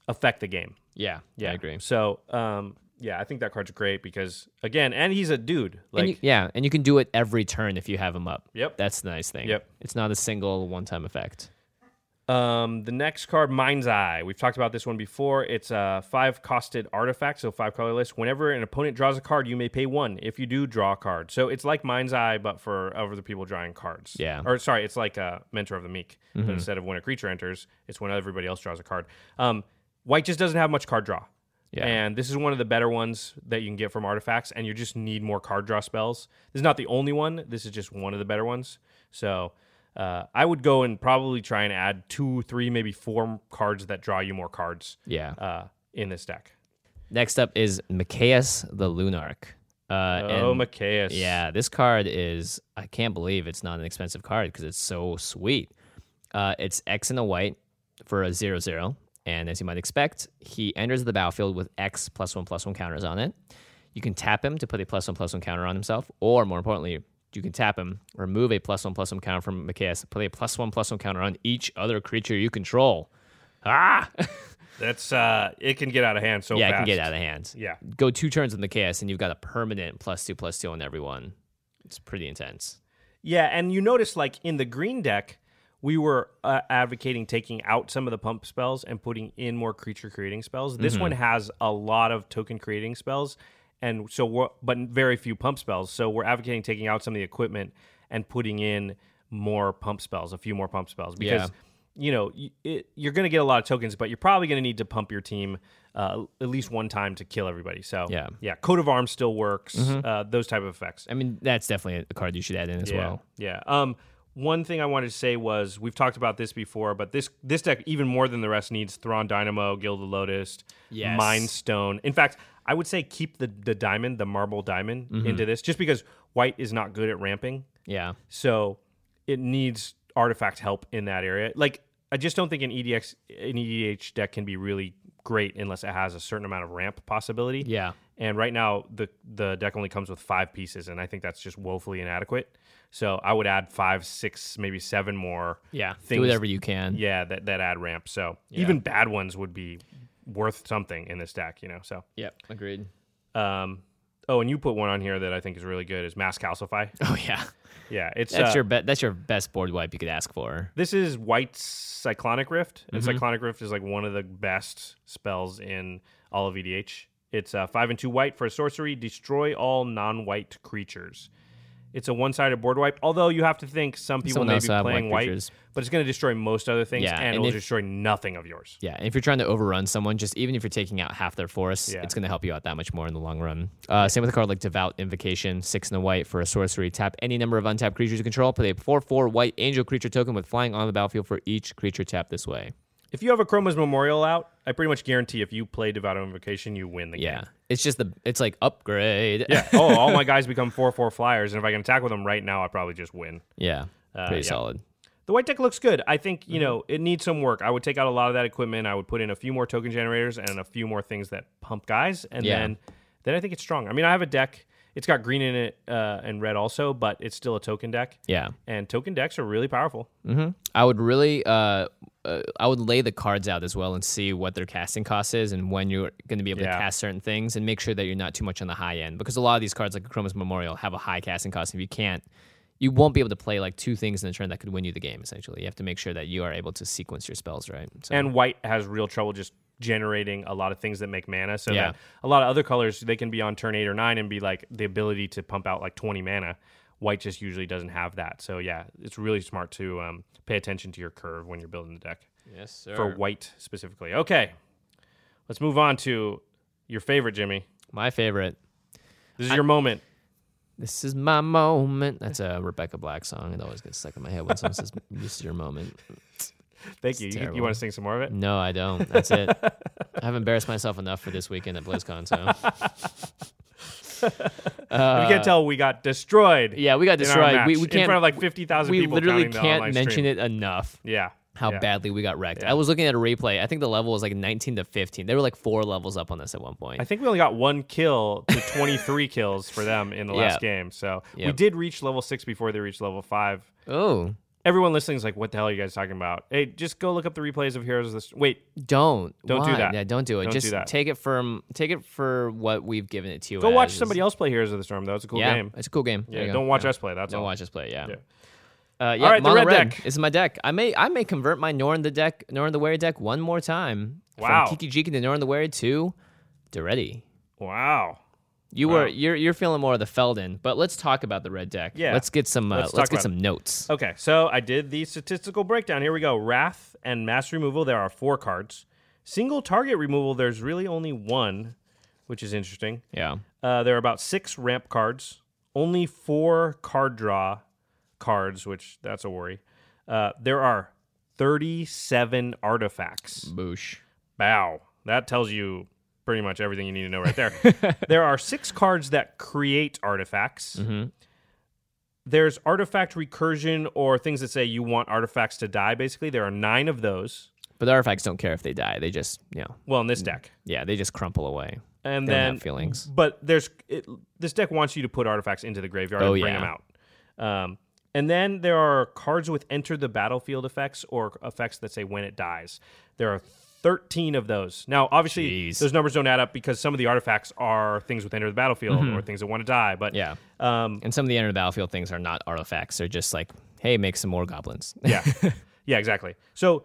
S3: affect the game.
S2: Yeah. Yeah, I agree.
S3: So um, yeah, I think that card's great because again, and he's a dude. Like
S2: and you, yeah, and you can do it every turn if you have them up.
S3: Yep.
S2: That's the nice thing.
S3: Yep.
S2: It's not a single one-time effect.
S3: Um, the next card, Mind's Eye. We've talked about this one before. It's a five costed artifact, so five colorless. Whenever an opponent draws a card, you may pay one. If you do, draw a card. So it's like Mind's Eye, but for other people drawing cards.
S2: Yeah.
S3: Or sorry, it's like a Mentor of the Meek,
S2: Mm-hmm.
S3: but instead of when a creature enters, it's when everybody else draws a card. Um, White just doesn't have much card draw.
S2: Yeah.
S3: And this is one of the better ones that you can get from artifacts, and you just need more card draw spells. This is not the only one. This is just one of the better ones. So uh, I would go and probably try and add two, three, maybe four cards that draw you more cards
S2: Yeah.
S3: uh, in this deck.
S2: Next up is Micaeus the Lunark. Uh,
S3: oh,
S2: and-
S3: Macias.
S2: Yeah, this card is. I can't believe it's not an expensive card because it's so sweet. Uh, it's X and a white for a zero zero, and as you might expect, he enters the battlefield with X plus one plus one counters on it. You can tap him to put a plus one plus one counter on himself, or more importantly, you can tap him, remove a plus one plus one counter from Mikaeus, play a plus one plus one counter on each other creature you control.
S3: [LAUGHS]
S2: Ah,
S3: That's uh, it can get out of hand so
S2: yeah,
S3: fast.
S2: it can get out of hand.
S3: Yeah.
S2: go two turns in the chaos, and you've got a permanent plus two plus two on everyone. It's pretty intense.
S3: Yeah, and you notice like in the green deck, we were uh, advocating taking out some of the pump spells and putting in more creature creating spells.
S2: Mm-hmm.
S3: This one has a lot of token creating spells, and so we're, but very few pump spells. So we're advocating taking out some of the equipment and putting in more pump spells, a few more pump spells because.
S2: Yeah.
S3: You know, y- it, you're going to get a lot of tokens, but you're probably going to need to pump your team uh, at least one time to kill everybody. So,
S2: Yeah. Mm-hmm.
S3: yeah, coat of arms still works. Uh, those type of effects.
S2: I mean, that's definitely a card you should add in as
S3: yeah,
S2: well.
S3: Yeah. Um, one thing I wanted to say was we've talked about this before, but this this deck even more than the rest needs Thrawn Dynamo, Guild of Lotus,
S2: Yes.
S3: Mind Stone. In fact, I would say keep the the diamond, the marble diamond,
S2: Mm-hmm.
S3: into this, just because white is not good at ramping,
S2: Yeah,
S3: so it needs artifact help in that area. Like I just don't think an EDX an EDH deck can be really great unless it has a certain amount of ramp possibility.
S2: yeah.
S3: And right now, the the deck only comes with five pieces, and I think that's just woefully inadequate. So I would add five, six, maybe seven more.
S2: Yeah,
S3: things,
S2: do whatever you can.
S3: Yeah, that that add ramp. So even bad ones would be worth something in this deck, you know. So,
S2: Yep, agreed.
S3: [LAUGHS] um, oh, and you put one on here that I think is really good is
S2: [LAUGHS]
S3: Mass Calcify.
S2: Oh yeah,
S3: yeah, it's
S2: that's
S3: uh,
S2: your be- that's your best board wipe you could ask for.
S3: This is White's Cyclonic Rift, and
S2: Mm-hmm.
S3: Cyclonic Rift is like one of the best spells in all of EDH. It's uh, five and two white for a sorcery. Destroy all non-white creatures. It's a one-sided board wipe. Although you have to think some people
S2: Someone
S3: may
S2: else
S3: be
S2: have white
S3: playing white,
S2: creatures.
S3: but it's going to destroy most other things,
S2: Yeah,
S3: and,
S2: and
S3: it'll
S2: if-
S3: destroy nothing of yours.
S2: Yeah, and if you're trying to overrun someone, just even if you're taking out half their force,
S3: Yeah.
S2: it's going to help you out that much more in the long run. Uh, same with a card like Devout Invocation, six and a white for a sorcery. Tap any number of untapped creatures you control. Put a 4 4 white angel creature token with flying on the battlefield for each creature tapped this way.
S3: If you have a Chroma's Memorial out, I pretty much guarantee if you play Devout Invocation, you win the
S2: Yeah.
S3: game.
S2: It's just the, it's like upgrade.
S3: Yeah. oh, all my guys become four-four flyers, and if I can attack with them right now, I probably just win.
S2: [LAUGHS] yeah. Pretty
S3: Uh, yeah.
S2: solid.
S3: The white deck looks good. I think,
S2: Mm-hmm.
S3: you know, it needs some work. I would take out a lot of that equipment. I would put in a few more token generators and a few more things that pump guys. And
S2: Yeah.
S3: then then I think it's strong. I mean, I have a deck. It's got green in it uh, and red also, but it's still a token deck.
S2: Yeah.
S3: And token decks are really powerful.
S2: I would really, uh, uh, I would lay the cards out as well and see what their casting cost is and when you're going to be able
S3: Yeah.
S2: to cast certain things and make sure that you're not too much on the high end because a lot of these cards like Chroma's Memorial have a high casting cost. If you can't, you won't be able to play like two things in a turn that could win you the game. Essentially, you have to make sure that you are able to sequence your spells right. So,
S3: And white has real trouble just generating a lot of things that make mana. So
S2: Yeah.
S3: that a lot of other colors, they can be on turn eight or nine and be like the ability to pump out like 20 mana. White just usually doesn't have that. So yeah, it's really smart to um, pay attention to your curve when you're building the deck.
S2: yes, sir.
S3: for white specifically. Okay, let's move on to your favorite, Jimmy.
S2: my favorite.
S3: This is your moment.
S2: This is my moment. That's a Rebecca Black song. It always gets stuck in my head when someone says, "This is your moment."
S3: Thank you. You,
S2: terrible.
S3: want to sing some more of it?
S2: No, I don't. That's
S3: [LAUGHS]
S2: it. I've embarrassed myself enough for this weekend at BlizzCon. So
S3: if you can't tell, we got destroyed.
S2: Uh, yeah, we got
S3: in our
S2: destroyed.
S3: match,
S2: We, we
S3: in
S2: can't.
S3: front of like fifty thousand
S2: we
S3: people.
S2: literally
S3: counting the
S2: can't
S3: online
S2: mention it
S3: stream.
S2: enough
S3: Yeah.
S2: how
S3: yeah.
S2: badly we got wrecked. I was looking at a replay. I think the level was like 19 to 15. They were like four levels up on us at one point.
S3: I think we only got one kill to [LAUGHS] 23 kills for them in the last
S2: Yeah.
S3: game. So we
S2: Yep.
S3: did reach level six before they reached level five.
S2: oh,
S3: Everyone listening is like, what the hell are you guys talking about? Hey, just go look up the replays of Heroes of the. St- Wait,
S2: don't
S3: Don't do
S2: Why?
S3: that.
S2: Yeah, don't do it.
S3: Don't do
S2: Just
S3: that.
S2: take it from take it for what we've given it to you.
S3: go watch
S2: as.
S3: somebody else play Heroes of the Storm. That was a cool
S2: Yeah,
S3: game.
S2: it's a cool game. There
S3: Yeah,
S2: you go.
S3: don't watch
S2: Yeah.
S3: us play. That's
S2: Don't
S3: all.
S2: watch us play. Yeah. Uh, yeah,
S3: All right, the
S2: mono
S3: red
S2: red.
S3: deck.
S2: This is my deck. I may I may convert my Norn the deck, Norn the Wary deck one more time.
S3: Wow.
S2: From Kiki Jiki to Norn the Wary to Doretti.
S3: Wow.
S2: You were you're you're feeling more of the Felden, but let's talk about the red deck.
S3: Yeah.
S2: Let's get some uh,
S3: Let's
S2: let's,
S3: talk
S2: get
S3: about
S2: some notes.
S3: Okay, so I did the statistical breakdown. Here we go. Wrath and Mass Removal, there are four cards. Single target removal, there's really only one, which is interesting.
S2: Yeah.
S3: Uh, there are about six ramp cards, only four card draw cards, which that's a worry. Uh, there are 37 artifacts.
S2: Boosh.
S3: Bow. That tells you pretty much everything you need to know right there. there are six cards that create artifacts. There's artifact recursion or things that say you want artifacts to die, basically. There are nine of those.
S2: But the artifacts don't care if they die. They just you know
S3: Well, in this deck.
S2: yeah they just crumple away.
S3: And
S2: They don't
S3: then
S2: have feelings.
S3: But there's it, this deck wants you to put artifacts into the graveyard
S2: Oh,
S3: and bring
S2: yeah.
S3: them out. Um, and then there are cards with enter the battlefield effects or effects that say when it dies. There are 13 of those. Now, obviously,
S2: Jeez.
S3: those numbers don't add up because some of the artifacts are things with enter the battlefield or things that want to die. But
S2: Mm-hmm. Yeah.
S3: um,
S2: And some of the end of the battlefield things are not artifacts. They're just like, hey, make some more goblins.
S3: yeah, [LAUGHS] yeah, exactly. So,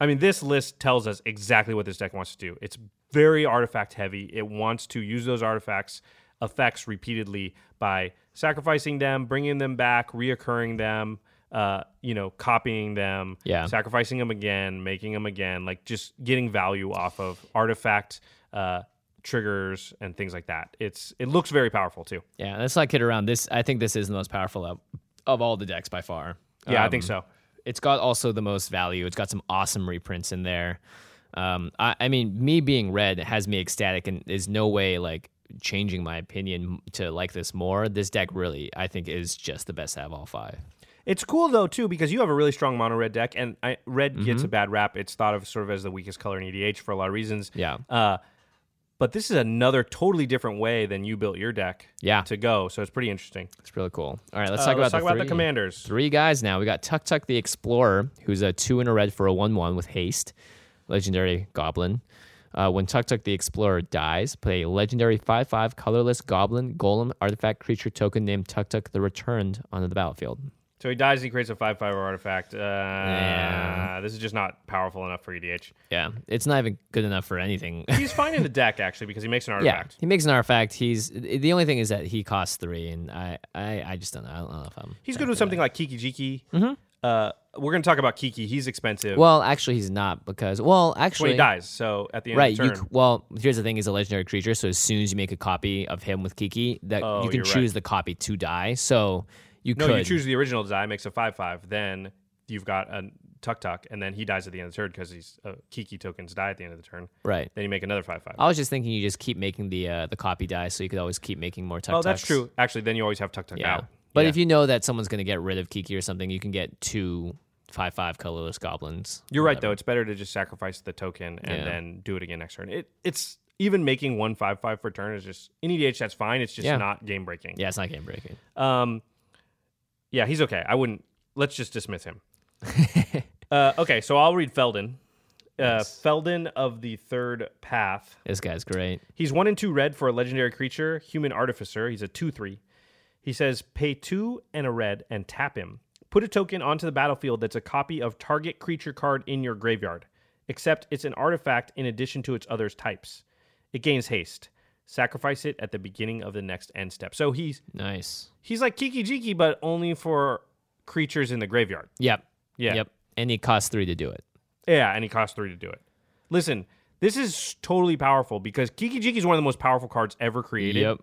S3: I mean, this list tells us exactly what this deck wants to do. It's very artifact heavy. It wants to use those artifacts effects repeatedly by sacrificing them, bringing them back, reoccurring them. Uh, you know, copying them,
S2: Yeah.
S3: sacrificing them again, making them again, like just getting value off of artifact uh, triggers and things like that. It's it looks very powerful too.
S2: yeah, let's not kid around. This I think this is the most powerful of, of all the decks by far.
S3: Yeah, I
S2: Um,
S3: think so.
S2: It's got also the most value. It's got some awesome reprints in there. Um, I, I mean, me being red has me ecstatic and is no way like changing my opinion to like this more. This deck really, I think, is just the best out of all five.
S3: It's cool though too because you have a really strong mono red deck, and I, red
S2: Mm-hmm.
S3: gets a bad rap. It's thought of sort of as the weakest color in EDH for a lot of reasons.
S2: Yeah.
S3: Uh, but this is another totally different way than you built your deck.
S2: Yeah.
S3: To go, so it's pretty interesting.
S2: It's really cool. All right, let's
S3: Uh,
S2: talk
S3: let's
S2: about,
S3: talk
S2: the,
S3: about the
S2: three-
S3: commanders.
S2: Three guys now. We got Tuk Tuk the Explorer, who's a two and a red for a one-one with haste, legendary goblin. Uh, when Tuk Tuk the Explorer dies, play a legendary five-five colorless goblin golem artifact creature token named Tuk Tuk the Returned onto the battlefield.
S3: So he dies, he creates a five five artifact. Uh,
S2: Yeah.
S3: This is just not powerful enough for EDH.
S2: Yeah, it's not even good enough for anything. [LAUGHS]
S3: He's fine in the deck actually because he makes an
S2: yeah,
S3: artifact.
S2: he makes an artifact. He's the only thing is that he costs three, and I, I, I just don't know. I don't know if I'm.
S3: He's good with something like Kiki Jiki. Uh, we're gonna talk about Kiki. He's expensive.
S2: Mm-hmm. Well, actually, he's not because well,
S3: when
S2: actually,
S3: he dies, so at the end
S2: Right.
S3: of the
S2: You,
S3: turn,
S2: c- well, here's the thing: he's a legendary creature, so as soon as you make a copy of him with Kiki, that
S3: Oh,
S2: you can
S3: you're right.
S2: choose the copy to die. So you
S3: No,
S2: could.
S3: you choose the original die, makes a five five, then you've got a tuk tuk, and then he dies at the end of the turn because he's uh, Kiki tokens die at the end of the turn.
S2: right.
S3: Then you make another five five.
S2: I was just thinking you just keep making the uh, the copy die, so you could always keep making more. Tuk
S3: Oh, that's true. Actually, then you always have tuk tuk
S2: Yeah.
S3: out.
S2: But
S3: Yeah.
S2: if you know that someone's going to get rid of Kiki or something, you can get two five five colorless goblins.
S3: you're right though, it's better to just sacrifice the token and
S2: Yeah.
S3: then do it again next turn. It it's even making one five five per turn is just in EDH that's fine. It's just
S2: Yeah.
S3: not game breaking.
S2: Yeah, it's not game breaking.
S3: Um, yeah, he's okay. I wouldn't. Let's just dismiss
S2: [LAUGHS]
S3: him. uh, okay, so I'll read Felden. Uh, Felden of the Third Path.
S2: This guy's great.
S3: He's one and two red for a legendary creature, human artificer. He's a two three. He says, pay two and a red and tap him. Put a token onto the battlefield that's a copy of target creature card in your graveyard, except it's an artifact in addition to its other types. It gains haste. Sacrifice it at the beginning of the next end step. So he's
S2: Nice.
S3: he's like Kiki Jiki, but only for creatures in the graveyard.
S2: Yep.
S3: Yeah.
S2: Yep. And he costs three to do it.
S3: Yeah, and he costs three to do it. Listen, this is totally powerful because Kiki Jiki is one of the most powerful cards ever created.
S2: Yep.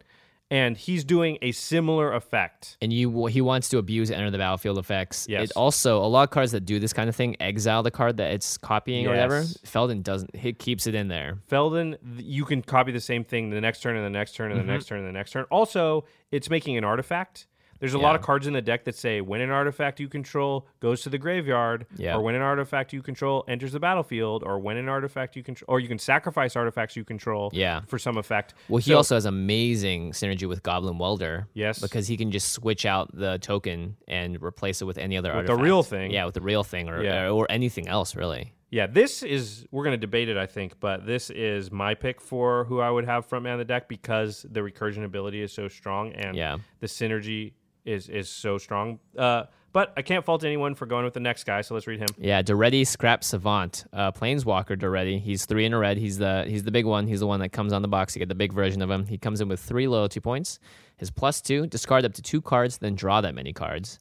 S3: And he's doing a similar effect.
S2: and you he wants to abuse enter the battlefield effects.
S3: Yes.
S2: It also a lot of cards that do this kind of thing exile the card that it's copying or whatever.
S3: Yes.
S2: Felden doesn't. He keeps it in there.
S3: Felden, th- you can copy the same thing the next turn and the next turn
S2: Mm-hmm.
S3: and the next turn and the next turn. Also, it's making an artifact. There's a lot of cards in the deck that say when an artifact you control goes to the graveyard,
S2: Yeah.
S3: or when an artifact you control enters the battlefield, or when an artifact you control, or you can sacrifice artifacts you control
S2: Yeah.
S3: for some effect.
S2: Well, he
S3: So-
S2: also has amazing synergy with Goblin Welder.
S3: Yes.
S2: because he can just switch out the token and replace it with any other
S3: With the
S2: artifact.
S3: real thing.
S2: Yeah, with the real thing or
S3: Yeah.
S2: or, or anything else really.
S3: Yeah, this is we're gonna debate it, I think, but this is my pick for who I would have front man of the deck because the recursion ability is so strong and
S2: Yeah.
S3: the synergy is is so strong. Uh, but I can't fault anyone for going with the next guy, so let's read him.
S2: Yeah, Doretti Scrap Savant, uh, Planeswalker Doretti. He's three in a red. He's the he's the big one. He's the one that comes on the box. You get the big version of him. He comes in with three loyalty points. His plus two, discard up to two cards, then draw that many cards.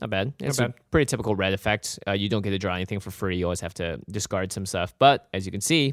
S2: Not bad. It's a pretty typical red effect. Uh, you don't get to draw anything for free. You always have to discard some stuff. But as you can see,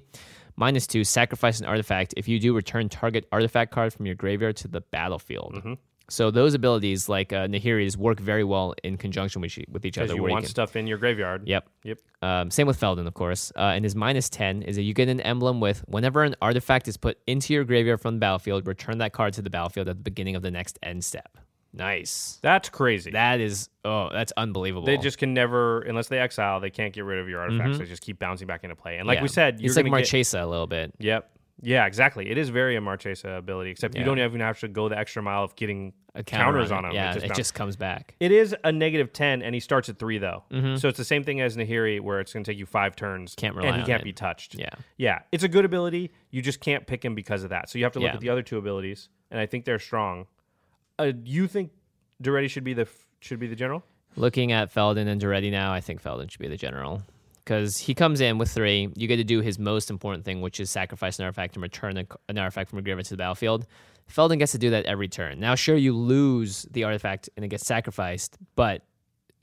S2: minus two, sacrifice an artifact. If you do, return target artifact card from your graveyard to the battlefield.
S3: Mm-hmm.
S2: So those abilities, like uh, Nahiri's, work very well in conjunction with, each- with each
S3: Because
S2: other.
S3: you
S2: where
S3: want
S2: can-
S3: stuff in your graveyard.
S2: Yep.
S3: Yep.
S2: Um, same with Felden, of course. Uh, and his minus 10 is that you get an emblem with whenever an artifact is put into your graveyard from the battlefield, return that card to the battlefield at the beginning of the next end step. Nice.
S3: That's crazy.
S2: That is, oh, that's unbelievable.
S3: they just can never unless they exile, they can't get rid of your artifacts. They just keep bouncing back into play. And like
S2: Mm-hmm. Yeah.
S3: we said, you're
S2: it's like
S3: gonna get-
S2: Marchesa a little bit.
S3: Yep. Yeah, exactly. It is very a Marchesa ability, except you don't even have to go the extra mile of getting
S2: A counter
S3: counters on
S2: it.
S3: him.
S2: Yeah, it
S3: bounces.
S2: just comes back.
S3: It is a negative 10, and he starts at three, though. So it's the same thing as Nahiri, where it's going to take you five turns.
S2: Mm-hmm. Can't
S3: And
S2: rely
S3: he
S2: on
S3: can't
S2: it.
S3: be touched.
S2: Yeah.
S3: Yeah. It's a good ability. You just can't pick him because of that. So you have to look
S2: Yeah.
S3: at the other two abilities, and I think they're strong. Uh, you think Duretti should be the f- should be the general?
S2: Looking at Felden and Duretti now, I think Felden should be the general because he comes in with three. You get to do his most important thing, which is sacrifice an artifact and return a, an artifact from your graveyard to the battlefield. Felden gets to do that every turn. Now, sure, you lose the artifact and it gets sacrificed, but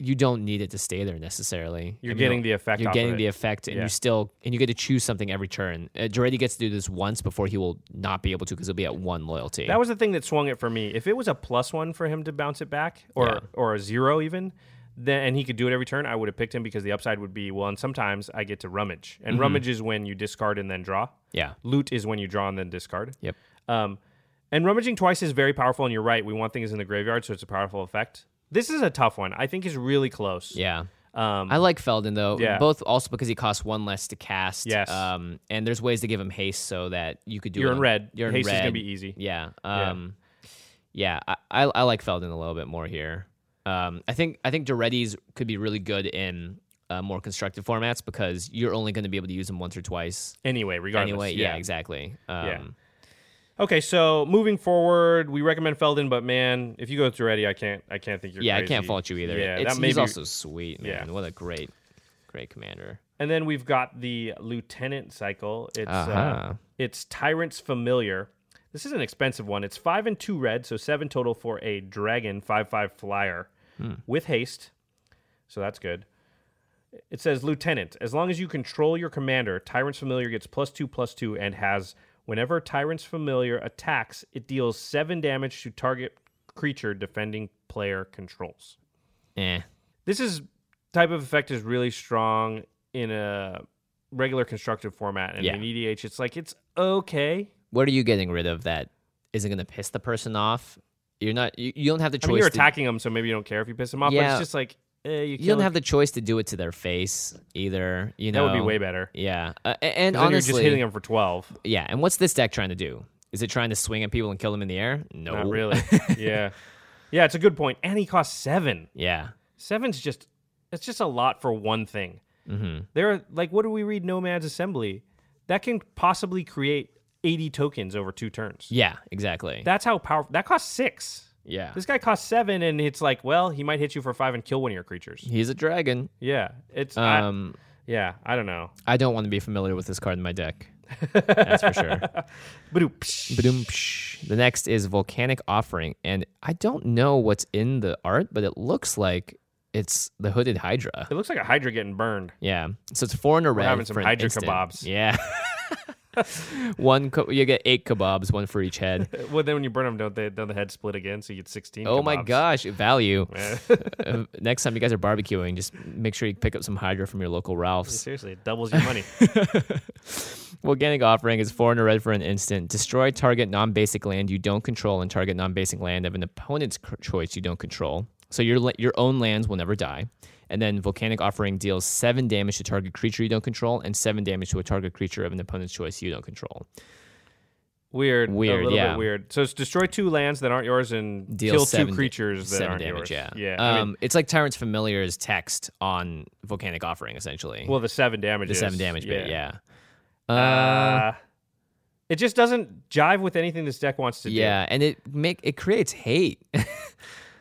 S2: you don't need it to stay there necessarily.
S3: You're
S2: I mean,
S3: getting the effect
S2: You're
S3: off of
S2: getting
S3: it.
S2: the effect, and
S3: Yeah.
S2: you still and you get to choose something every turn. Uh, Duretti gets to do this once before he will not be able to because he'll be at one loyalty.
S3: That was the thing that swung it for me. If it was a plus one for him to bounce it back, or
S2: Yeah.
S3: or a zero even, then and he could do it every turn, I would have picked him because the upside would be well. And sometimes I get to rummage,
S2: Mm-hmm.
S3: and rummage is when you discard and then draw.
S2: yeah.
S3: Loot is when you draw and then discard.
S2: Yep.
S3: Um, and rummaging twice is very powerful, and you're right. We want things in the graveyard, so it's a powerful effect. This is a tough one. I think is really close.
S2: Yeah.
S3: Um,
S2: I like Felden though.
S3: Yeah.
S2: Both also because he costs one less to cast.
S3: Yes.
S2: Um, and there's ways to give him haste so that you could do.
S3: You're
S2: it
S3: in
S2: on-
S3: red.
S2: You're in
S3: Haste is
S2: red.
S3: gonna be easy.
S2: Yeah. Um, yeah. I, I I like Felden a little bit more here. Um, I think I think Duretti's could be really good in uh, more constructive formats because you're only going to be able to use them once or twice
S3: Anyway, regardless.
S2: anyway. Yeah. exactly. Um,
S3: Yeah. Okay, so moving forward, we recommend Felden, but man, if you go through Eddie, I can't. I can't think you're.
S2: yeah, I
S3: crazy.
S2: can't fault you either.
S3: Yeah,
S2: it's,
S3: that may
S2: he's
S3: be-
S2: also sweet, man.
S3: yeah.
S2: What a great, great commander.
S3: And then we've got the lieutenant cycle. It's uh
S2: Uh-huh.
S3: it's Tyrant's Familiar. This is an expensive one. It's five and two red, so seven total for a dragon five five flyer with haste. So that's good. It says lieutenant. As long as you control your commander, Tyrant's Familiar gets plus two plus two and has whenever Tyrant's Familiar attacks, it deals seven damage to target creature defending player controls
S2: Eh.
S3: this is type of effect is really strong in a regular constructive format and
S2: Yeah.
S3: in EDH it's like it's okay.
S2: what are you getting rid of that isn't going to piss the person off? You're not. You, you don't have the
S3: I
S2: choice.
S3: mean you're
S2: to,
S3: attacking them so maybe you don't care if you piss them off but
S2: Yeah.
S3: it's just like eh, you,
S2: You don't
S3: kill-
S2: have the choice to do it to their face either. You
S3: that
S2: know
S3: would be way better.
S2: Yeah, uh, a- and
S3: 'Cause then
S2: honestly,
S3: you're just hitting them for 12.
S2: yeah. And what's this deck trying to do? Is it trying to swing at people and kill them in the air? No,
S3: Not
S2: [LAUGHS]
S3: really. yeah. Yeah, it's a good point. And he costs 7.
S2: yeah,
S3: 7's just it's just a lot for one thing. Mm-hmm. There are like what do we read Nomad's Assembly? That can possibly create 80 tokens over two turns.
S2: yeah, exactly.
S3: That's how powerful. That costs 6.
S2: yeah,
S3: This guy costs seven, and it's like, well, he might hit you for five and kill one of your creatures.
S2: he's a dragon.
S3: Yeah, it's I,
S2: Um,
S3: yeah, I don't know.
S2: I don't want to be familiar with this card in my
S3: [LAUGHS]
S2: deck. That's for sure.
S3: Badoop, psh.
S2: Ba-dum, psh. The next is Volcanic Offering, and I don't know what's in the art, but it looks like it's the Hooded Hydra.
S3: It looks like a Hydra getting burned.
S2: Yeah. So it's four in a row.
S3: having some Hydra
S2: instant.
S3: kebabs.
S2: Yeah. [LAUGHS] one, co- you get eight kebabs, one for each
S3: [LAUGHS]
S2: head.
S3: Uh, Well, then when you burn them, don't they? Don't the head split again? So you get sixteen.
S2: Oh my
S3: kebabs.
S2: gosh, value. Uh, Next time you guys are barbecuing, just make sure you pick up some Hydra from your local Ralph's.
S3: [LAUGHS] Seriously, it doubles
S2: [LAUGHS]
S3: your money.
S2: Organic offering is four in a red for an instant. Destroy target non basic land you don't control and target non basic land of an opponent's cr- choice you don't control. So your la- your own lands will never die. And then volcanic offering deals seven damage to target creature you don't control and seven damage to a target creature of an opponent's choice you don't control.
S3: weird,
S2: Weird,
S3: a little
S2: yeah.
S3: bit weird. So it's destroy two lands that aren't yours and
S2: deal
S3: kill
S2: seven
S3: two creatures that
S2: seven
S3: aren't
S2: damage.
S3: yours.
S2: Yeah,
S3: yeah. I
S2: Um,
S3: mean,
S2: it's like Tyrant's Familiar's text on Volcanic Offering, essentially.
S3: well, the seven damage.
S2: the
S3: is,
S2: seven damage bit, yeah. Uh,
S3: Uh, it just doesn't jive with anything this deck wants to do.
S2: yeah, and it make it creates hate.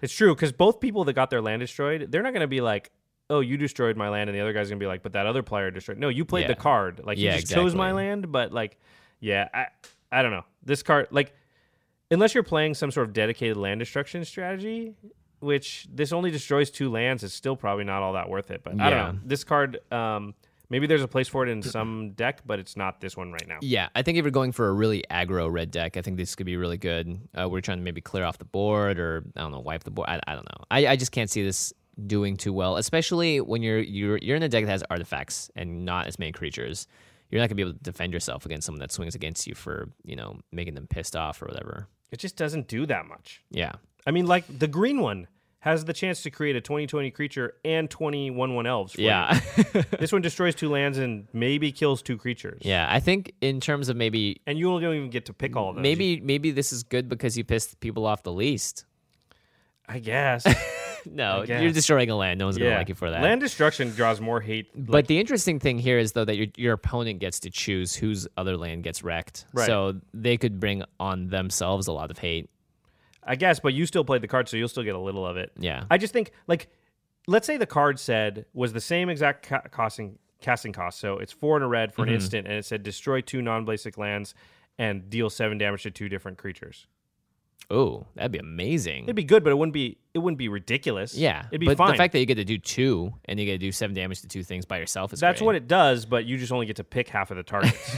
S3: It's true because both people that got their land destroyed, they're not going to be like, "Oh, you destroyed my land," and the other guy's going to be like, "But that other player destroyed." No, you played the
S2: Yeah.
S3: card. Like you
S2: Yeah,
S3: just chose my
S2: exactly.
S3: land, but like, yeah, I, I don't know. This card, like, unless you're playing some sort of dedicated land destruction strategy, which this only destroys two lands, is still probably not all that worth it. But
S2: Yeah.
S3: I don't know. This card, um, maybe there's a place for it in some deck, but it's not this one right now.
S2: yeah, I think if you're going for a really aggro red deck, I think this could be really good. Uh, we're trying to maybe clear off the board, or I don't know, wipe the board. I, I don't know. I, I just can't see this doing too well, especially when you're you're you're in a deck that has artifacts and not as many creatures. You're not gonna be able to defend yourself against someone that swings against you for you know making them pissed off or whatever.
S3: It just doesn't do that much.
S2: Yeah.
S3: I mean, like the green one has the chance to create a 2020 creature and 21 1 elves.
S2: [LAUGHS]
S3: For
S2: Yeah.
S3: You. This one destroys two lands and maybe kills two creatures.
S2: yeah. I think in terms of maybe
S3: And you don't even get to pick all of those.
S2: maybe maybe this is good because you pissed people off the least. [LAUGHS]
S3: I guess.
S2: No, you're
S3: guess.
S2: destroying a land. No one's gonna
S3: yeah.
S2: like you for that.
S3: Land destruction draws more hate.
S2: But the interesting thing here is though that your your opponent gets to choose whose other land gets wrecked.
S3: Right.
S2: So they could bring on themselves a lot of hate.
S3: I guess, but you still played the card, so you'll still get a little of it.
S2: Yeah.
S3: I just think, like, let's say the card said was the same exact ca- costing, casting cost. So it's four and a red for
S2: Mm-hmm.
S3: an instant, and it said destroy two non basic lands and deal seven damage to two different creatures.
S2: Oh, that'd be amazing.
S3: It'd be good, but it wouldn't be it wouldn't be ridiculous.
S2: yeah.
S3: it'd be
S2: but
S3: fine.
S2: the fact that you get to do two and you get to do seven damage to two things by yourself is
S3: That's
S2: great.
S3: what it does, but you just only get to pick half of
S2: [LAUGHS]
S3: the targets.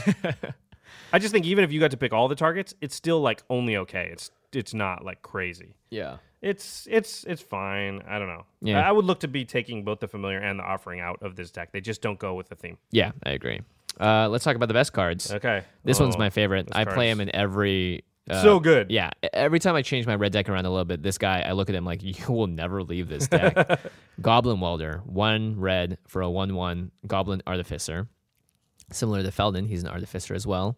S3: I just think even if you got to pick all the targets, it's still like only okay. It's it's not like crazy.
S2: Yeah.
S3: It's it's it's fine. I don't know.
S2: Yeah.
S3: I I would look to be taking both the familiar and the offering out of this deck. They just don't go with the theme.
S2: Yeah, I agree. Uh, let's talk about the best cards.
S3: Okay.
S2: This one's
S3: Oh,
S2: my favorite.
S3: those
S2: I play
S3: cards.
S2: him in every. uh,
S3: so good.
S2: Yeah, e- every time I change my red deck around a little bit, this guy, I look at him like, [LAUGHS] you will never leave this deck. Goblin Welder, one red for a 1 1 Goblin Artificer. Similar to Felden, he's an Artificer as well.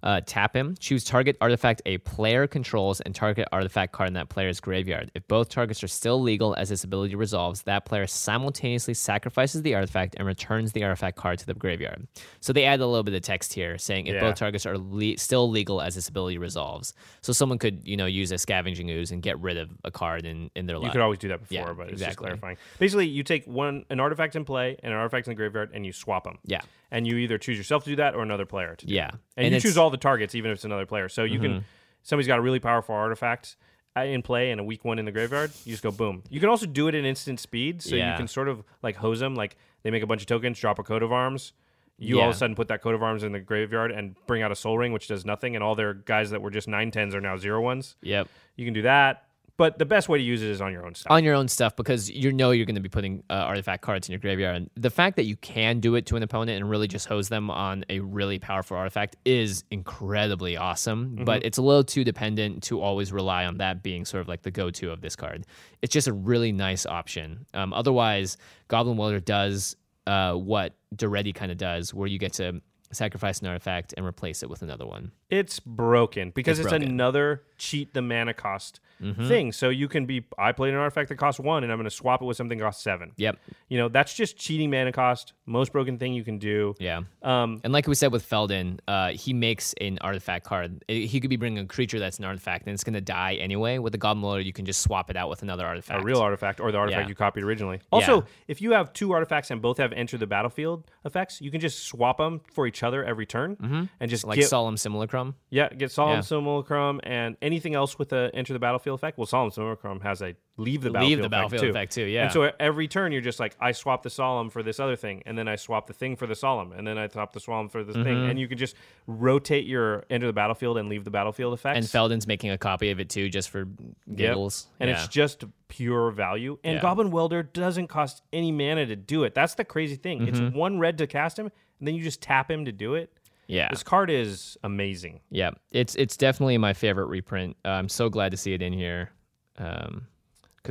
S2: Uh, tap him, choose target artifact a player controls, and target artifact card in that player's graveyard. If both targets are still legal as this ability resolves, that player simultaneously sacrifices the artifact and returns the artifact card to the graveyard. So they add a little bit of text here saying if
S3: Yeah.
S2: both targets are le- still legal as this ability resolves. So someone could, you know, use a scavenging ooze and get rid of a card in, in their
S3: You
S2: life.
S3: could always do that before,
S2: Yeah,
S3: but it's just
S2: exactly.
S3: clarifying. Basically, you take one an artifact in play and an artifact in the graveyard, and you swap them.
S2: Yeah.
S3: And you either choose yourself to do that or another player to do.
S2: Yeah.
S3: it. And, you
S2: it's- Mm-hmm.
S3: choose all the targets, even if it's another player. So you can somebody's got a really powerful artifact uh, in play and a weak one in the graveyard. You just go boom. You can also do it at instant speed, so
S2: Yeah.
S3: you can sort of like hose them. Like they make a bunch of tokens, drop a coat of arms. You all of
S2: Yeah.
S3: a sudden put that coat of arms in the graveyard and bring out a soul ring, which does nothing, and all their guys that were just nine tens are now zero ones.
S2: Yep.
S3: You can do that, but the best way to use it is on your own stuff.
S2: on your own stuff because you know you're going to be putting uh, artifact cards in your graveyard. And the fact that you can do it to an opponent and really just hose them on a really powerful artifact is incredibly awesome. But it's a little too dependent to always rely on that being sort of like the go to of this card. It's just a really nice option. Um, otherwise, Goblin Welder does uh, what Doretti kind of does, where you get to sacrifice an artifact and replace it with another one.
S3: It's broken because
S2: It's
S3: it's,
S2: broken. Mm-hmm.
S3: another cheat the mana cost thing. So you can be I played an artifact that costs one and I'm gonna swap it with something that costs seven.
S2: Yep.
S3: You know, that's just cheating mana cost. Most broken thing you can do.
S2: Yeah.
S3: Um
S2: And like we said with Felden, uh, he makes an artifact card. I- He could be bringing a creature that's an artifact, and it's going to die anyway. With the Goblin Lord, you can just swap it out with another artifact.
S3: a real artifact or the artifact
S2: Yeah.
S3: you copied originally. Also,
S2: Yeah.
S3: if you have two artifacts and both have enter the battlefield effects, you can just swap them for each other every turn and just
S2: Mm-hmm. like
S3: get
S2: Solemn Simulacrum.
S3: Yeah, get Solemn
S2: Yeah.
S3: Simulacrum and anything else with a enter the battlefield effect. Well, Solemn Simulacrum has a leave the battlefield,
S2: Leave the battlefield effect too, yeah.
S3: And so every turn you're just like, I swap the Solemn for this other thing, and then I swap the thing for the Solemn, and then I swap the Solemn for this
S2: Mm-hmm.
S3: thing, and you can just rotate your enter the battlefield and leave the battlefield effects.
S2: And Felden's making a copy of it too, just for
S3: Yep.
S2: giggles.
S3: And it's just pure value. And
S2: Yeah.
S3: Goblin Welder doesn't cost any mana to do it. That's the crazy thing.
S2: Mm-hmm.
S3: It's one red to cast him, and then you just tap him to do it.
S2: yeah,
S3: This card is amazing.
S2: yeah. It's it's definitely my favorite reprint. Uh, I'm so glad to see it in here, because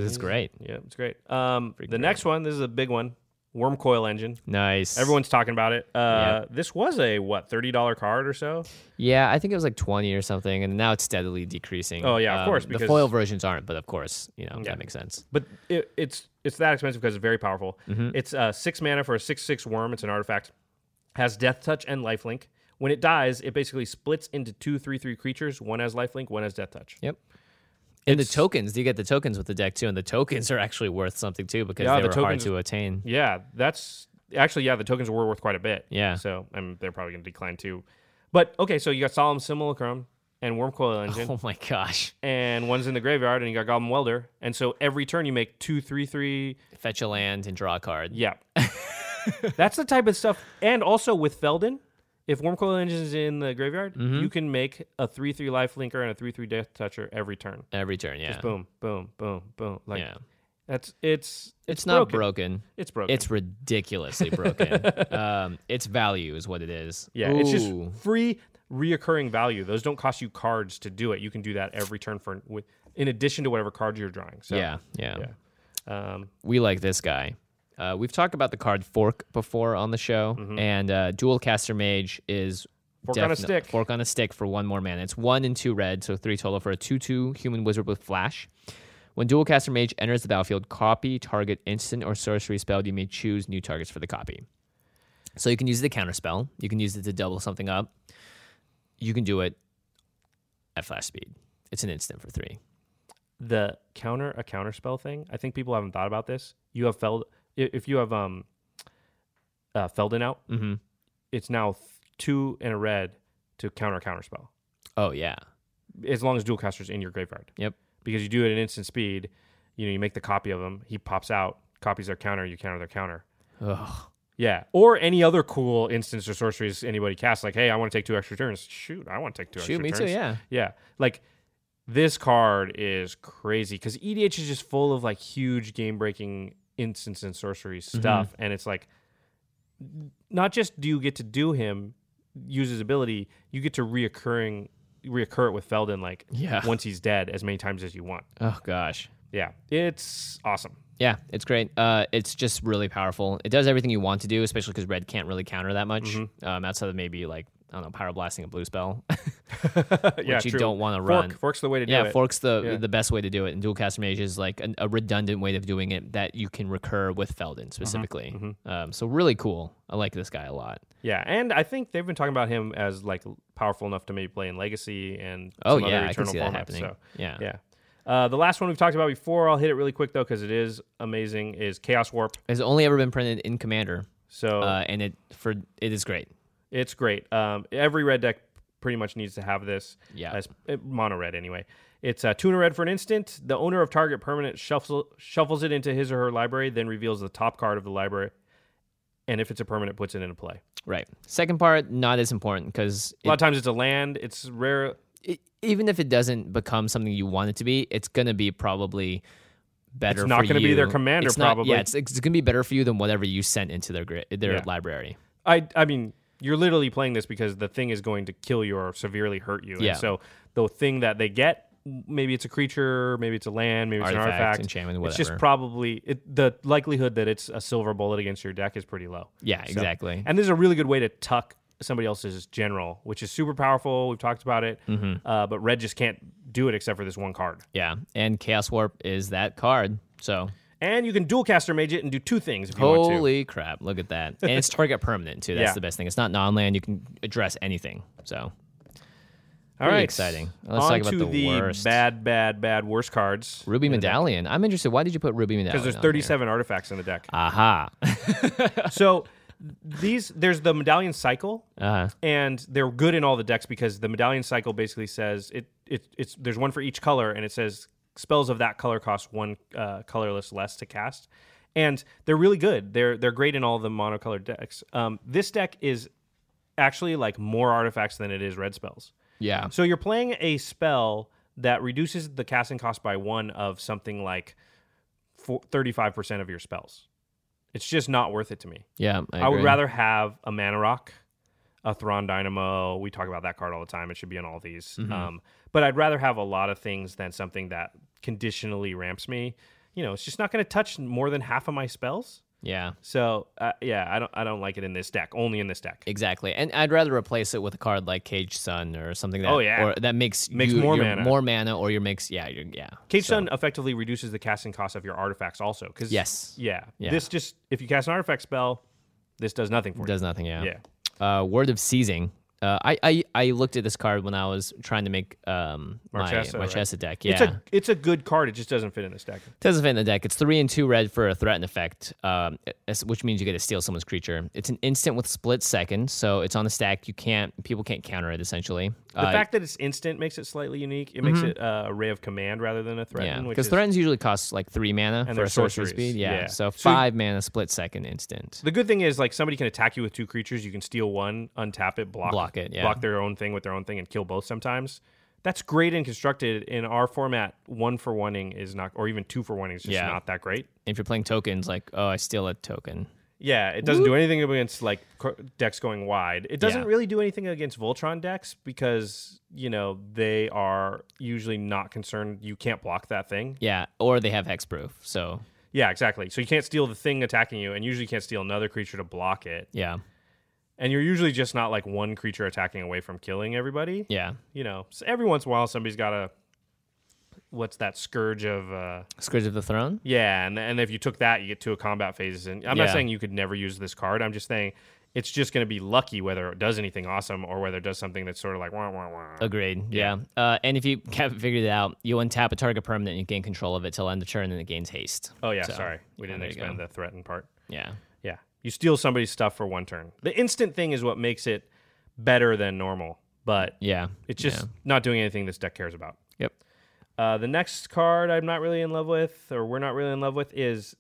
S3: Mm.
S2: it's great.
S3: Yeah, it's great. Um, the next one, this is a big one, Worm Coil Engine.
S2: Nice.
S3: Everyone's talking about it. Uh, This was a what thirty dollar card or so.
S2: Yeah, I think it was like 20 or something, and now it's steadily decreasing. Um,
S3: Oh, yeah, of course,
S2: the
S3: because-
S2: foil versions aren't, but of course, you know that makes sense.
S3: But it, it's it's that expensive because it's very powerful. It's uh, six mana for a six six worm. It's an artifact, has Death Touch and Lifelink. When it dies, it basically splits into two three three creatures. One has Lifelink, one has Death Touch.
S2: Yep. And the tokens, you get the tokens with the deck too, and the tokens are actually worth something too because
S3: Yeah,
S2: they
S3: the
S2: were hard
S3: tokens-
S2: to attain.
S3: Yeah, that's actually yeah. The tokens were worth quite a bit.
S2: Yeah.
S3: So um, they're probably going to decline too. But okay, so you got Solemn Simulacrum and Worm Coil Engine.
S2: [LAUGHS] Oh my gosh,
S3: and one's in the graveyard, and you got Goblin Welder. And so every turn you make two, three, three.
S2: fetch a land and draw a card. [LAUGHS]
S3: Yeah. That's the type of stuff. And also with Felden, if Worm Coil Engine is in the graveyard,
S2: Mm-hmm.
S3: you can make a 3 3 Life Linker and a 3 3 Death Toucher every turn.
S2: Every turn, yeah,
S3: Boom, boom, boom, boom. Like,
S2: Yeah.
S3: that's it's
S2: it's, not broken.
S3: It's broken.
S2: It's ridiculously broken.
S3: [LAUGHS]
S2: um, its value is what it is.
S3: yeah, it's just
S2: Ooh.
S3: free reoccurring value. Those don't cost you cards to do it. You can do that every turn for with in addition to whatever cards you're drawing. So
S2: yeah, yeah,
S3: yeah. Um,
S2: we like this guy. Uh, we've talked about the card fork before on the show, and uh, dual caster mage is
S3: Mm-hmm. Fork on a
S2: defini-
S3: stick.
S2: Fork on a stick for one more mana. It's one and two red, so three total for a two-two human wizard with flash. When dual caster mage enters the battlefield, copy target instant or sorcery spell. You may choose new targets for the copy. So you can use the counter spell. You can use it to double something up. You can do it at flash speed. It's an instant for three.
S3: the counter a counter spell thing. I think people haven't thought about this. You have Feld i- if you have um uh, Felden out,
S2: Mm-hmm.
S3: it's now th- two and a red to counter a counter spell
S2: Oh yeah.
S3: as long as dual caster's in your graveyard
S2: Yep.
S3: because you do it at instant speed. You know, you make the copy of him. He pops out, copies their counter. You counter their counter.
S2: Ugh.
S3: Yeah, or any other cool instance or sorceries anybody casts. Like, hey, I want to take two extra turns. Shoot, I want to take two.
S2: Shoot,
S3: extra
S2: me
S3: turns.
S2: too. Yeah.
S3: Yeah, like this card is crazy because EDH is just full of like huge game breaking instance and sorcery
S2: Mm-hmm.
S3: stuff, and it's like not just do you get to do him use his ability, you get to reoccurring reoccur it with Felden like
S2: Yeah.
S3: once he's dead as many times as you want.
S2: Oh gosh.
S3: Yeah, it's
S2: [LAUGHS]
S3: awesome.
S2: Yeah, it's great. Uh, it's just really powerful. It does everything you want to do, especially because red can't really counter that much
S3: Mm-hmm.
S2: um, outside of maybe like I don't know, power blasting a blue spell, [LAUGHS]
S3: yeah,
S2: which you
S3: true.
S2: don't want to
S3: Fork,
S2: run.
S3: forks the way to do
S2: yeah,
S3: it.
S2: forks the
S3: Yeah.
S2: the best way to do it, and dual caster mage is like an, a redundant way of doing it that you can recur with
S3: Uh-huh.
S2: Felden specifically.
S3: Mm-hmm.
S2: Um, so really cool. I like this guy a lot.
S3: Yeah, and I think they've been talking about him as like powerful enough to maybe play in Legacy and
S2: Oh
S3: some
S2: yeah,
S3: other
S2: I can
S3: Eternal
S2: see that
S3: formats,
S2: happening.
S3: So
S2: yeah.
S3: yeah, uh, the last one we've talked about before, I'll hit it really quick though because it is amazing. Is Chaos Warp?
S2: it's only ever been printed in Commander,
S3: So
S2: uh, and it for it is great.
S3: It's great. Um, every red deck pretty much needs to have this.
S2: Yeah.
S3: As, uh, mono red anyway. It's uh, tuna red for an instant. The owner of target permanent shuffles shuffles it into his or her library, then reveals the top card of the library, and if it's a permanent, puts it into play.
S2: Right. Second part not as important because
S3: A lot of times it's a land. It's rare.
S2: it, e, even if it doesn't become something you want it to be, it's gonna be probably better.
S3: It's not
S2: going
S3: gonna
S2: to
S3: be their commander,
S2: it's not-
S3: probably.
S2: yeah, it's, it's going to be better for you than whatever you sent into their gri- their
S3: Yeah.
S2: library.
S3: I I mean, you're literally playing this because the thing is going to kill you or severely hurt you.
S2: Yeah.
S3: And so the thing that they get, maybe it's a creature, maybe it's a land, maybe it's an
S2: Artifact,
S3: artifact,
S2: enchantment,
S3: It's just
S2: whatever.
S3: probably it, the likelihood that it's a silver bullet against your deck is pretty low.
S2: Yeah,
S3: So-
S2: exactly.
S3: And this is a really good way to tuck somebody else's general, which is super powerful. We've talked about it,
S2: Mm-hmm.
S3: uh, but red just can't do it except for this one card.
S2: yeah, and Chaos Warp is that card. So
S3: And you can dual caster mage it and do two things if you want to.
S2: holy crap, look at that! And it's target permanent too. That's
S3: Yeah.
S2: the best thing. It's not non-land. You can address anything. So
S3: All
S2: pretty exciting. Let's
S3: On
S2: talk about
S3: to
S2: the
S3: the
S2: worst.
S3: bad, bad, bad worst cards.
S2: Ruby Medallion. I'm interested. Why did you put Ruby Medallion?
S3: because
S2: on
S3: there's
S2: there?
S3: 37 artifacts in the deck. [LAUGHS]
S2: Aha. [LAUGHS]
S3: so these there's the medallion cycle,
S2: Uh,
S3: and they're good in all the decks because the medallion cycle basically says it, it it's there's one for each color, and it says spells of that color cost one uh, colorless less to cast, and they're really good. They're they're great in all the monocolored decks. Um, this deck is actually like more artifacts than it is red spells.
S2: yeah.
S3: So you're playing a spell that reduces the casting cost by one of something like thirty-five percent of your spells. It's just not worth it to me.
S2: Yeah.
S3: I, would
S2: agree.
S3: rather have a mana rock, a Thrawn Dynamo. We talk about that card all the time. It should be on all these. Um, but I'd rather have a lot of things than something that conditionally ramps me. You know, it's just not going to touch more than half of my spells.
S2: Yeah.
S3: So uh, yeah, I don't I don't like it in this deck. Only in this deck.
S2: Exactly, and I'd rather replace it with a card like Cage Sun or something that
S3: Oh, yeah.
S2: or that makes
S3: Makes
S2: you-
S3: more
S2: your-
S3: mana.
S2: more mana or your makes yeah your, yeah
S3: Cage
S2: So,
S3: Sun effectively reduces the casting cost of your artifacts also. Because
S2: Yes.
S3: yeah,
S2: Yeah.
S3: this just if you cast an artifact spell, this does nothing for
S2: does nothing yeah
S3: you. Yeah,
S2: Uh, Word of Seizing. Uh, I, I I looked at this card when I was trying to make um
S3: Marchesa,
S2: my
S3: right?
S2: Marchesa deck. Yeah,
S3: it's a it's a good card. It just doesn't fit in this deck.
S2: Doesn't fit in the deck. It's three and two red for a threat and effect, um, it's- which means you get to steal someone's creature. It's an instant with split second, so it's on the stack. You can't people can't counter it essentially. Uh,
S3: The fact that it's instant makes it slightly unique. It makes it uh, a ray of command rather than a
S2: Mm-hmm. yeah,
S3: threaten. which
S2: because
S3: is-
S2: threatens usually costs like three mana for
S3: they're
S2: a sorcery
S3: sorceries.
S2: speed. Yeah,
S3: Yeah.
S2: so
S3: So you-
S2: five mana, split second, instant.
S3: The good thing is like somebody can attack you with two creatures. You can steal one, untap it, block
S2: Block it, yeah.
S3: block their own thing with their own thing, and kill both sometimes. That's great and constructed in our format. One for oneing is not, or even two for oneing is just
S2: Yeah.
S3: not that great.
S2: if you're playing tokens, like, oh, I steal a token.
S3: Yeah, it doesn't do anything against like cr- decks going wide. It doesn't
S2: Yeah.
S3: really do anything against Voltron decks because you know they are usually not concerned. You can't block that thing.
S2: Yeah, or they have hexproof. So
S3: Yeah, exactly. So you can't steal the thing attacking you, and usually you can't steal another creature to block it.
S2: Yeah.
S3: And you're usually just not like one creature attacking away from killing everybody.
S2: Yeah.
S3: You know, so every once in a while somebody's got a what's that scourge of uh
S2: Scourge of the Throne?
S3: yeah, and and if you took that, you get two combat phases. And I'm not
S2: Yeah.
S3: saying you could never use this card. I'm just saying it's just going to be lucky whether it does anything awesome or whether it does something that's sort of like wah wah wah.
S2: Agreed. Yeah. Uh, and if you [LAUGHS] haven't figured it out, you untap a target permanent and you gain control of it till end of turn and it gains haste.
S3: Oh yeah,
S2: So,
S3: sorry, we
S2: yeah,
S3: didn't
S2: there you go.
S3: explain the threatened part.
S2: Yeah.
S3: Yeah. You steal somebody's stuff for one turn. The instant thing is what makes it better than normal, but
S2: Yeah.
S3: it's just not doing anything this deck cares about.
S2: Yep.
S3: Uh, the next card I'm not really in love with, or we're not really in love with, is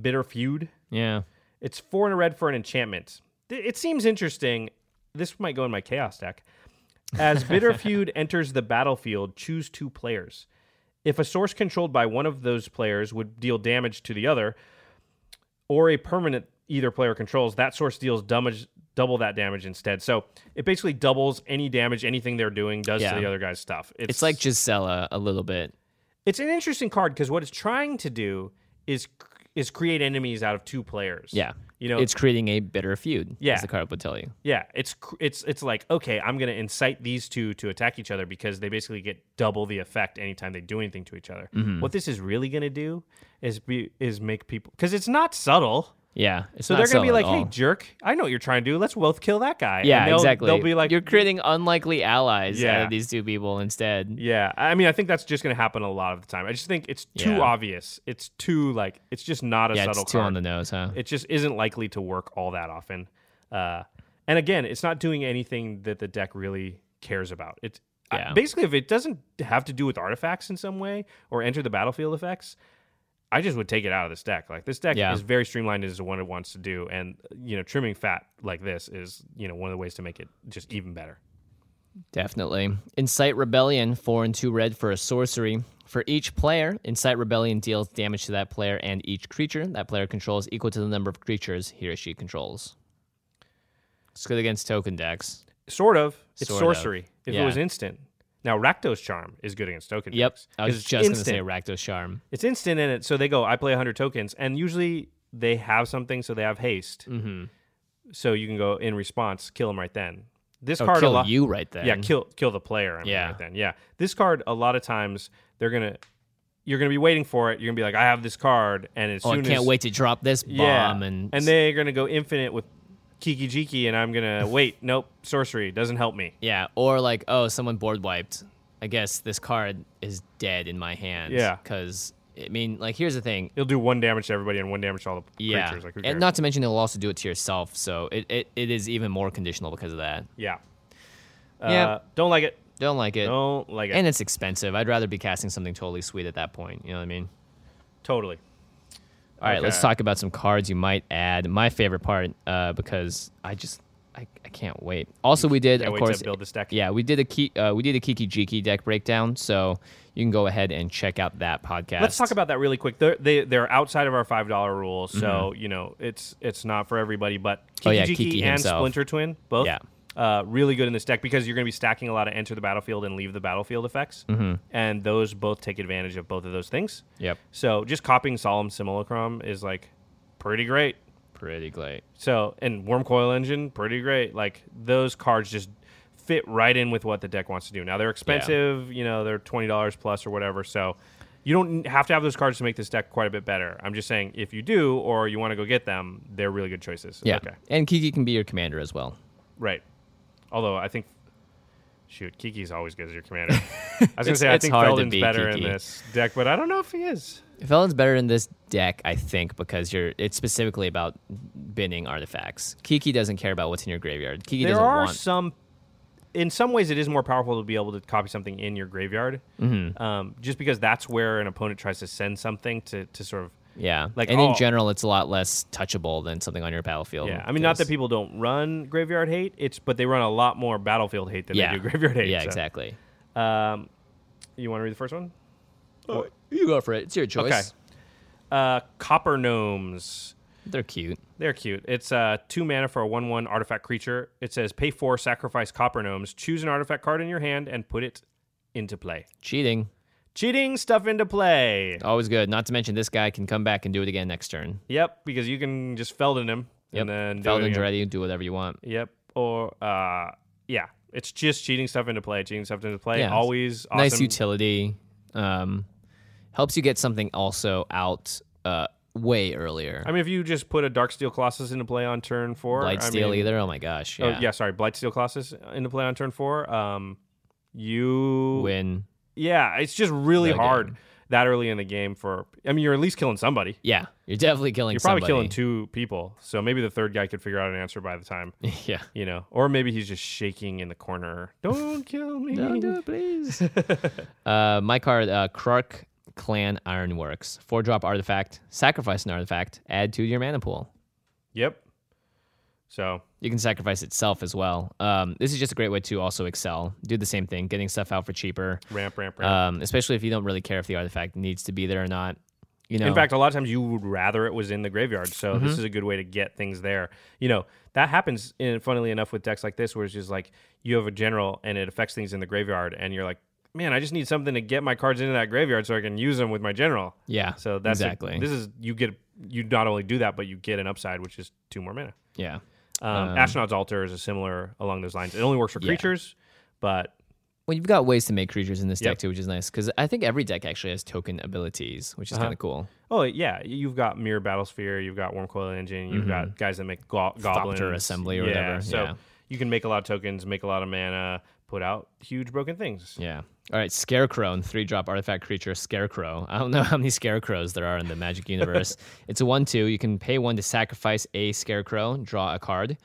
S3: Bitter Feud.
S2: Yeah.
S3: It's four and a red for an enchantment. Th- It seems interesting. This might go in my chaos deck.
S2: [LAUGHS]
S3: As Bitter Feud enters the battlefield, choose two players. If a source controlled by one of those players would deal damage to the other, or a permanent either player controls, that source deals damage double that damage instead. So it basically doubles any damage anything they're doing does
S2: Yeah.
S3: to the other guy's stuff.
S2: It's like Gisela a little bit.
S3: it's an interesting card because what it's trying to do is is create enemies out of two players.
S2: Yeah.
S3: you know,
S2: it's creating a bitter feud.
S3: Yeah.
S2: As the card would tell you.
S3: Yeah, it's cr- it's it's like okay, I'm gonna incite these two to attack each other because they basically get double the effect anytime they do anything to each other.
S2: Mm-hmm.
S3: What this is really gonna do is be is make people because it's not subtle.
S2: Yeah. It's
S3: So
S2: not
S3: they're gonna be
S2: subtle at
S3: like, "Hey,
S2: all.
S3: jerk! I know what you're trying to do. Let's both kill that guy." And
S2: yeah,
S3: they'll-
S2: exactly.
S3: They'll be like,
S2: you're creating unlikely allies out
S3: Yeah.
S2: of these two people instead.
S3: "Yeah." I mean, I think that's just gonna happen a lot of the time. I just think it's too
S2: Yeah.
S3: obvious. It's too like it's just not a
S2: Yeah,
S3: subtle
S2: it's too
S3: card.
S2: on the nose, huh?
S3: it just isn't likely to work all that often. Uh, and again, it's not doing anything that the deck really cares about. It's I-
S2: Yeah.
S3: basically if it doesn't have to do with artifacts in some way or enter the battlefield effects, I just would take it out of this deck. Like this deck
S2: Yeah.
S3: is very streamlined as to what it wants to do, and you know, trimming fat like this is you know one of the ways to make it just even better.
S2: Definitely. Incite Rebellion, 4 and 2 red for a sorcery. For each player, Incite Rebellion deals damage to that player and each creature that player controls equal to the number of creatures he or she controls. It's good against token decks.
S3: Sort of. It's
S2: Sort of.
S3: sorcery. If
S2: Yeah.
S3: it was instant. Now Rakdos Charm is good against token
S2: Yep.
S3: decks,
S2: I
S3: 'cause
S2: was
S3: it's
S2: just going to
S3: instant.
S2: say Rakdos Charm.
S3: it's instant in it. So they go, I play 100 tokens, and usually they have something, so they have haste. Mm-hmm. So you can go in response, kill them right then. This
S2: Oh,
S3: card
S2: kill
S3: a lot,
S2: you right then.
S3: yeah, kill kill the player. I mean,
S2: Yeah.
S3: right then, yeah. This card a lot of times they're gonna, you're gonna be waiting for it. You're gonna be like, I have this card, and as
S2: Oh, I
S3: soon
S2: can't
S3: as
S2: wait to drop this bomb
S3: yeah,
S2: and,
S3: they're gonna go infinite with Kiki Jiki, and I'm gonna [LAUGHS] wait. Nope, sorcery doesn't help me.
S2: Yeah, or like, oh, someone board wiped. I guess this card is dead in my hand.
S3: Yeah.
S2: Because, I mean, like, here's the thing.
S3: It'll do one damage to everybody and one damage to all the
S2: Yeah.
S3: creatures. Like, who
S2: and
S3: cares?
S2: not to mention, it'll also do it to yourself. So it, it, it is even more conditional because of that.
S3: yeah,
S2: yeah.
S3: Uh, don't like it.
S2: Don't like it.
S3: Don't like it.
S2: And it's expensive. I'd rather be casting something totally sweet at that point. You know what I mean?
S3: totally.
S2: All right, let's
S3: Okay.
S2: talk about some cards you might add. My favorite part, uh, because I just I, I can't wait. Also, we did
S3: can't
S2: of
S3: wait to
S2: course
S3: build this deck.
S2: Yeah, we did a key, uh, we did a Kiki Jiki deck breakdown, so you can go ahead and check out that podcast.
S3: Let's talk about that really quick. They're, they they're outside of our five dollar rule, so you know it's it's not for everybody. But Kiki
S2: Mm-hmm. Oh, yeah,
S3: Jiki
S2: Kiki
S3: and
S2: himself.
S3: Splinter Twin both,
S2: Yeah.
S3: uh, really good in this deck because you're going to be stacking a lot of enter the battlefield and leave the battlefield effects,
S2: Mm-hmm.
S3: and those both take advantage of both of those things.
S2: Yep,
S3: So just copying Solemn Simulacrum is like pretty great.
S2: pretty great.
S3: So and Worm Coil Engine, pretty great. Like those cards just fit right in with what the deck wants to do. Now they're expensive, you know, they're twenty dollars plus or whatever. So you don't have to have those cards to make this deck quite a bit better. I'm just saying if you do or you want to go get them, they're really good choices.
S2: Yeah,
S3: Okay.
S2: and Kiki can be your commander as well.
S3: Right. Although I think shoot, Kiki's always good as
S2: [LAUGHS]
S3: your commander. I was gonna
S2: It's-
S3: say I
S2: it's
S3: think
S2: hard to
S3: Felden's
S2: beat
S3: better
S2: Kiki.
S3: in this deck, but I don't know if he is.
S2: Felon's better in this deck, I think, because you're it's specifically about binning artifacts. Kiki doesn't care about what's in your graveyard. Kiki
S3: there
S2: doesn't
S3: are
S2: want.
S3: some in some ways it is more powerful to be able to copy something in your graveyard
S2: Mm-hmm.
S3: um, just because that's where an opponent tries to send something to, to sort of
S2: yeah,
S3: like,
S2: and in
S3: oh.
S2: general, it's a lot less touchable than something on your battlefield.
S3: yeah i mean not
S2: feels.
S3: that people don't run graveyard hate it's but they run a lot more battlefield hate than
S2: yeah.
S3: they do graveyard hate
S2: Yeah,
S3: so.
S2: exactly.
S3: um, you want to read the first one
S2: You go for it. It's your choice.
S3: okay uh, copper gnomes
S2: They're cute.
S3: They're cute. It's uh, two mana for a 1 1 artifact creature. It says pay four, sacrifice copper gnomes, choose an artifact card in your hand, and put it into play.
S2: Cheating.
S3: cheating stuff into play.
S2: Always good. Not to mention this guy can come back and do it again next turn.
S3: Yep, because you can just Felden him
S2: Yep.
S3: and then do it
S2: Felden's
S3: again.
S2: ready. Do whatever you want.
S3: Yep, or uh, yeah, it's just cheating stuff into play. Cheating stuff into play.
S2: Yeah.
S3: Always awesome.
S2: Nice utility. Um, helps you get something also out uh, way earlier.
S3: I mean, if you just put a Darksteel Colossus into play on turn four, I
S2: Blightsteel
S3: mean-
S2: either. Oh my gosh. Yeah.
S3: Oh, yeah, sorry, Blightsteel Colossus into play on turn four. Um, you
S2: Win.
S3: Yeah, it's just really
S2: The
S3: hard
S2: game.
S3: that early in the game for. I mean, you're at least killing somebody.
S2: Yeah. You're definitely killing.
S3: You're probably
S2: somebody.
S3: killing two people, so maybe the third guy could figure out an answer by
S2: [LAUGHS]
S3: the time
S2: yeah.
S3: you know, or maybe he's just shaking in the corner. Don't kill me.
S2: Don't do it,
S3: [LAUGHS]
S2: please. uh, my card, uh, Krark Clan Ironworks. Four drop artifact. Sacrifice an artifact. Add two to your mana pool.
S3: Yep. So
S2: You can sacrifice itself as well. Um, this is just a great way to also excel. Do the same thing, getting stuff out for cheaper.
S3: ramp, ramp, ramp.
S2: Um, especially if you don't really care if the artifact needs to be there or not. You know,
S3: in fact, a lot of times you would rather it was in the graveyard. So this
S2: Mm-hmm.
S3: is a good way to get things there. You know, that happens in funnily enough with decks like this, where it's just like you have a general and it affects things in the graveyard, and you're like, man, I just need something to get my cards into that graveyard so I can use them with my general.
S2: yeah.
S3: So that's a-
S2: exactly.
S3: this is you get you not only do that, but you get an upside, which is two more mana.
S2: yeah.
S3: Um, Astronaut's Altar is a similar along those lines. It only works for
S2: Yeah.
S3: creatures, but
S2: Well, you've got ways to make creatures in this
S3: Yep.
S2: deck too, which is nice because I think every deck actually has token abilities, which is kind of cool.
S3: oh yeah, you've got Mirror Battlesphere, you've got Worm Coil Engine, you've got guys that make go- goblins
S2: Mm-hmm. Assembly or
S3: Yeah,
S2: whatever,
S3: So
S2: yeah.
S3: you can make a lot of tokens, make a lot of mana, put out huge broken things.
S2: Yeah. All right, Scarecrow and three drop artifact creature Scarecrow. I don't know [LAUGHS] how many Scarecrows there are in the Magic
S3: [LAUGHS]
S2: universe. it's a one two. You can pay one to sacrifice a Scarecrow, draw a card,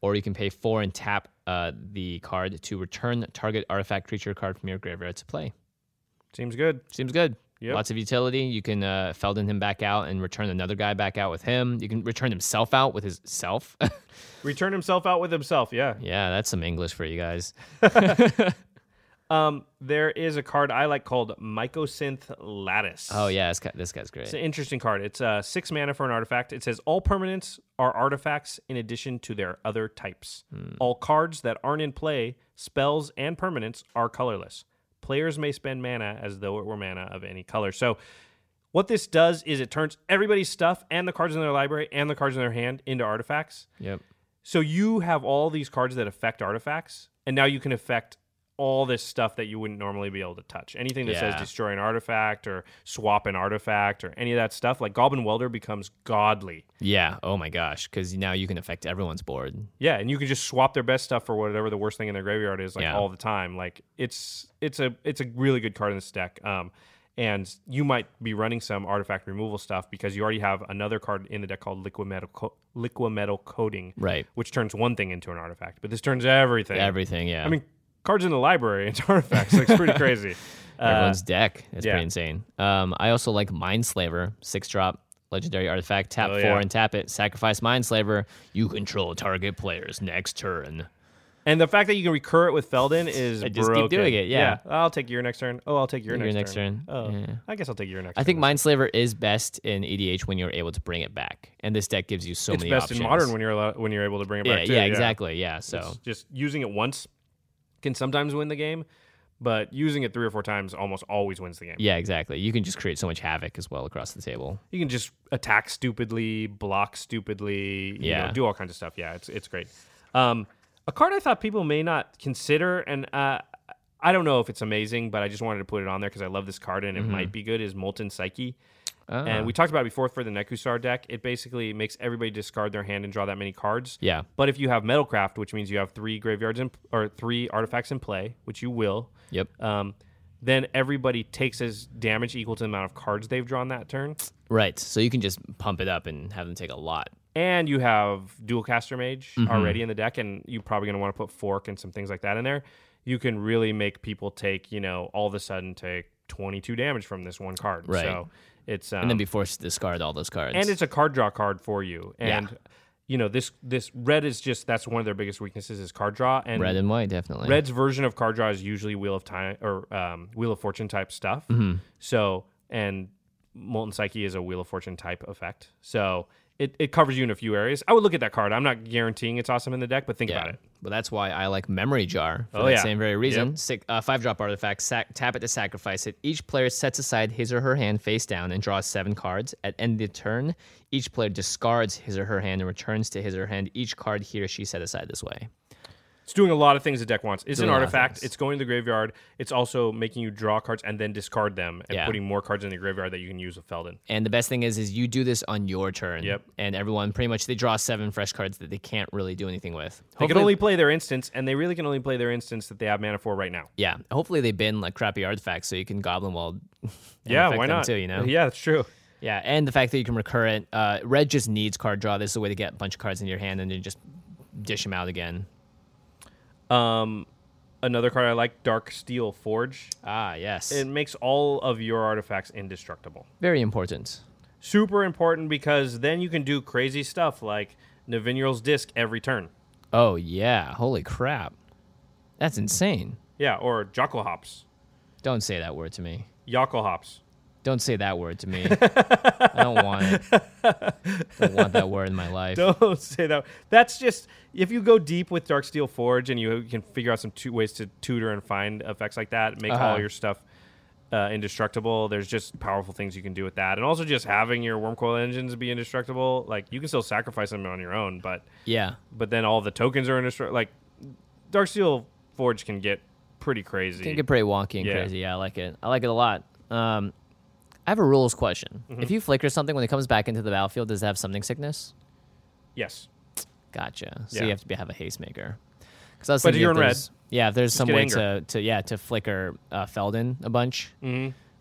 S2: or you can pay four and tap uh, the card to return target artifact creature card from your graveyard to play.
S3: Seems good.
S2: Seems good.
S3: Yep.
S2: Lots of utility. You can uh, Felden him back out and return another guy back out with him. You can return himself out with his self. [LAUGHS]
S3: Return himself out with himself. Yeah.
S2: yeah, that's some English for you guys.
S3: Um, there is a card I like called Mycosynth Lattice.
S2: Oh yeah, this, guy, this guy's great.
S3: It's an interesting card. It's uh, six mana for an artifact. It says all permanents are artifacts in addition to their other types. All cards that aren't in play, spells, and permanents are colorless. Players may spend mana as though it were mana of any color. So, what this does is it turns everybody's stuff and the cards in their library and the cards in their hand into artifacts.
S2: Yep.
S3: So, you have all these cards that affect artifacts, and now you can affect all this stuff that you wouldn't normally be able to touch. Anything that says
S2: Yeah.
S3: destroy an artifact or swap an artifact or any of that stuff, like Goblin Welder becomes godly.
S2: Yeah. Oh my gosh, because now you can affect everyone's board.
S3: Yeah, and you can just swap their best stuff for whatever the worst thing in their graveyard is, like
S2: Yeah.
S3: all the time. Like it's it's a it's a really good card in this deck. Um, and you might be running some artifact removal stuff because you already have another card in the deck called Liquid Metal Co- Liquid Metal Coating,
S2: Right.
S3: Which turns one thing into an artifact, but this turns everything.
S2: Everything. Yeah.
S3: I mean, cards in the library into [LAUGHS] artifacts. Like, it's
S2: [LAUGHS]
S3: pretty crazy.
S2: everyone's deck. That's
S3: uh, yeah.
S2: pretty insane. Um, I also like Mindslaver, six drop legendary artifact. Tap four
S3: Oh, yeah.
S2: and tap it. Sacrifice Mindslaver. You control target players next turn.
S3: And the fact that you can recur it with Felden is
S2: I just keep
S3: broken.
S2: doing it, yeah.
S3: I'll take your next turn. Oh, I'll take your,
S2: Your
S3: next,
S2: next
S3: turn.
S2: turn,
S3: Oh,
S2: yeah.
S3: I guess I'll take your next.
S2: I think
S3: turn.
S2: Mindslaver is best in EDH when you're able to bring it back, and this deck gives you so
S3: it's
S2: many
S3: best
S2: options.
S3: in modern when you're allo- when you're able to bring it
S2: yeah,
S3: back. too,
S2: yeah, exactly. Yeah. So
S3: It's just using it once can sometimes win the game, but using it three or four times almost always wins the game.
S2: yeah, exactly. You can just create so much havoc as well across the table.
S3: You can just attack stupidly, block stupidly, you know,
S2: Yeah.
S3: do all kinds of stuff. Yeah, it's it's great. Um, a card I thought people may not consider, and uh, I don't know if it's amazing, but I just wanted to put it on there because I love this card and it
S2: Mm-hmm.
S3: might be good. Is Molten Psyche, and
S2: Ah.
S3: we talked about it before for the Nekusar deck. It basically makes everybody discard their hand and draw that many cards.
S2: Yeah.
S3: But if you have Metalcraft, which means you have three graveyards in, or three artifacts in play, which you will,
S2: Yep. Uh,
S3: um, then everybody takes as damage equal to the amount of cards they've drawn that turn.
S2: Right. So you can just pump it up and have them take a lot.
S3: And you have dual caster mage
S2: Mm-hmm.
S3: already in the deck, and you're probably going to want to put fork and some things like that in there. You can really make people take, you know, all of a sudden take 22 damage from this one card.
S2: Right.
S3: So it's um,
S2: And then be forced to discard all those cards.
S3: and it's a card draw card for you.
S2: Yeah.
S3: And you know this this red is just that's one of their biggest weaknesses is card draw and
S2: red and white, definitely.
S3: Red's version of card draw is usually Wheel of Time or um, Wheel of Fortune type
S2: Mm-hmm.
S3: stuff. So, and Molten Psyche is a Wheel of Fortune type effect. So, It, it covers you in a few areas. I would look at that card. I'm not guaranteeing it's awesome in the deck, but think about it.
S2: But that's why I like Memory Jar for
S3: Oh,
S2: that
S3: yeah.
S2: same very reason. Sic- uh, five drop artifact, sac- tap it to sacrifice it. Each player sets aside his or her hand face down and draws seven cards. At end of the turn, each player discards his or her hand and returns to his or her hand each card he or she set aside this way.
S3: It's doing a lot of things the deck wants. It's
S2: Doing a
S3: an
S2: lot of
S3: artifact.
S2: things.
S3: It's going to the graveyard. It's also making you draw cards and then discard them and
S2: Yeah.
S3: putting more cards in the graveyard that you can use with Felden.
S2: And the best thing is, is you do this on your turn.
S3: Yep.
S2: And everyone pretty much they draw seven fresh cards that they can't really do anything with.
S3: They can
S2: Hopefully-
S3: only play their instance, and they really can only play their instance that they have mana for right now.
S2: yeah. Hopefully they bin like crappy artifacts so you can goblin wall. [LAUGHS] and
S3: Yeah,
S2: affect
S3: why
S2: them
S3: not?
S2: Too, you know.
S3: [LAUGHS] Yeah, that's true.
S2: Yeah, and the fact that you can recur it. Uh, red just needs card draw. This is a way to get a bunch of cards into your hand and then just dish them out again.
S3: Another card I like, Dark Steel Forge.
S2: Ah, yes.
S3: It makes all of your artifacts indestructible.
S2: Very important.
S3: Super important because then you can do crazy stuff like Navinural's Disc every turn.
S2: Oh, yeah. Holy crap. That's insane.
S3: Yeah, or Jockle Hops,
S2: Don't say that word to me.
S3: Yockle Hops. [LAUGHS]
S2: Don't say that word to me. I don't want it. don't want that word in
S3: [LAUGHS]
S2: my life.
S3: Don't say that. That's just if you go deep with Dark Steel Forge and you can figure out some two ways to tutor and find effects like that, make
S2: Uh-huh.
S3: all your stuff uh, indestructible. There's just powerful things you can do with that, and also just having your worm coil engines be indestructible. Like you can still sacrifice them on your own, but
S2: Yeah.
S3: but then all the tokens are indestructible. Like Dark Steel Forge can get pretty crazy.
S2: Can get pretty wonky and
S3: Yeah.
S2: crazy. Yeah, I like it. I like it a lot. Um, I have a rules question.
S3: Mm-hmm.
S2: If you flicker something when it comes back into the battlefield, does it have something sickness?
S3: yes,
S2: Gotcha. So
S3: Yeah.
S2: you have to be, have a hazemaker. Because I was
S3: But
S2: thinking
S3: you're
S2: if
S3: in red.
S2: there's- Yeah, if there's some
S3: get
S2: way
S3: anger.
S2: to, to yeah to flicker uh, Felden a bunch,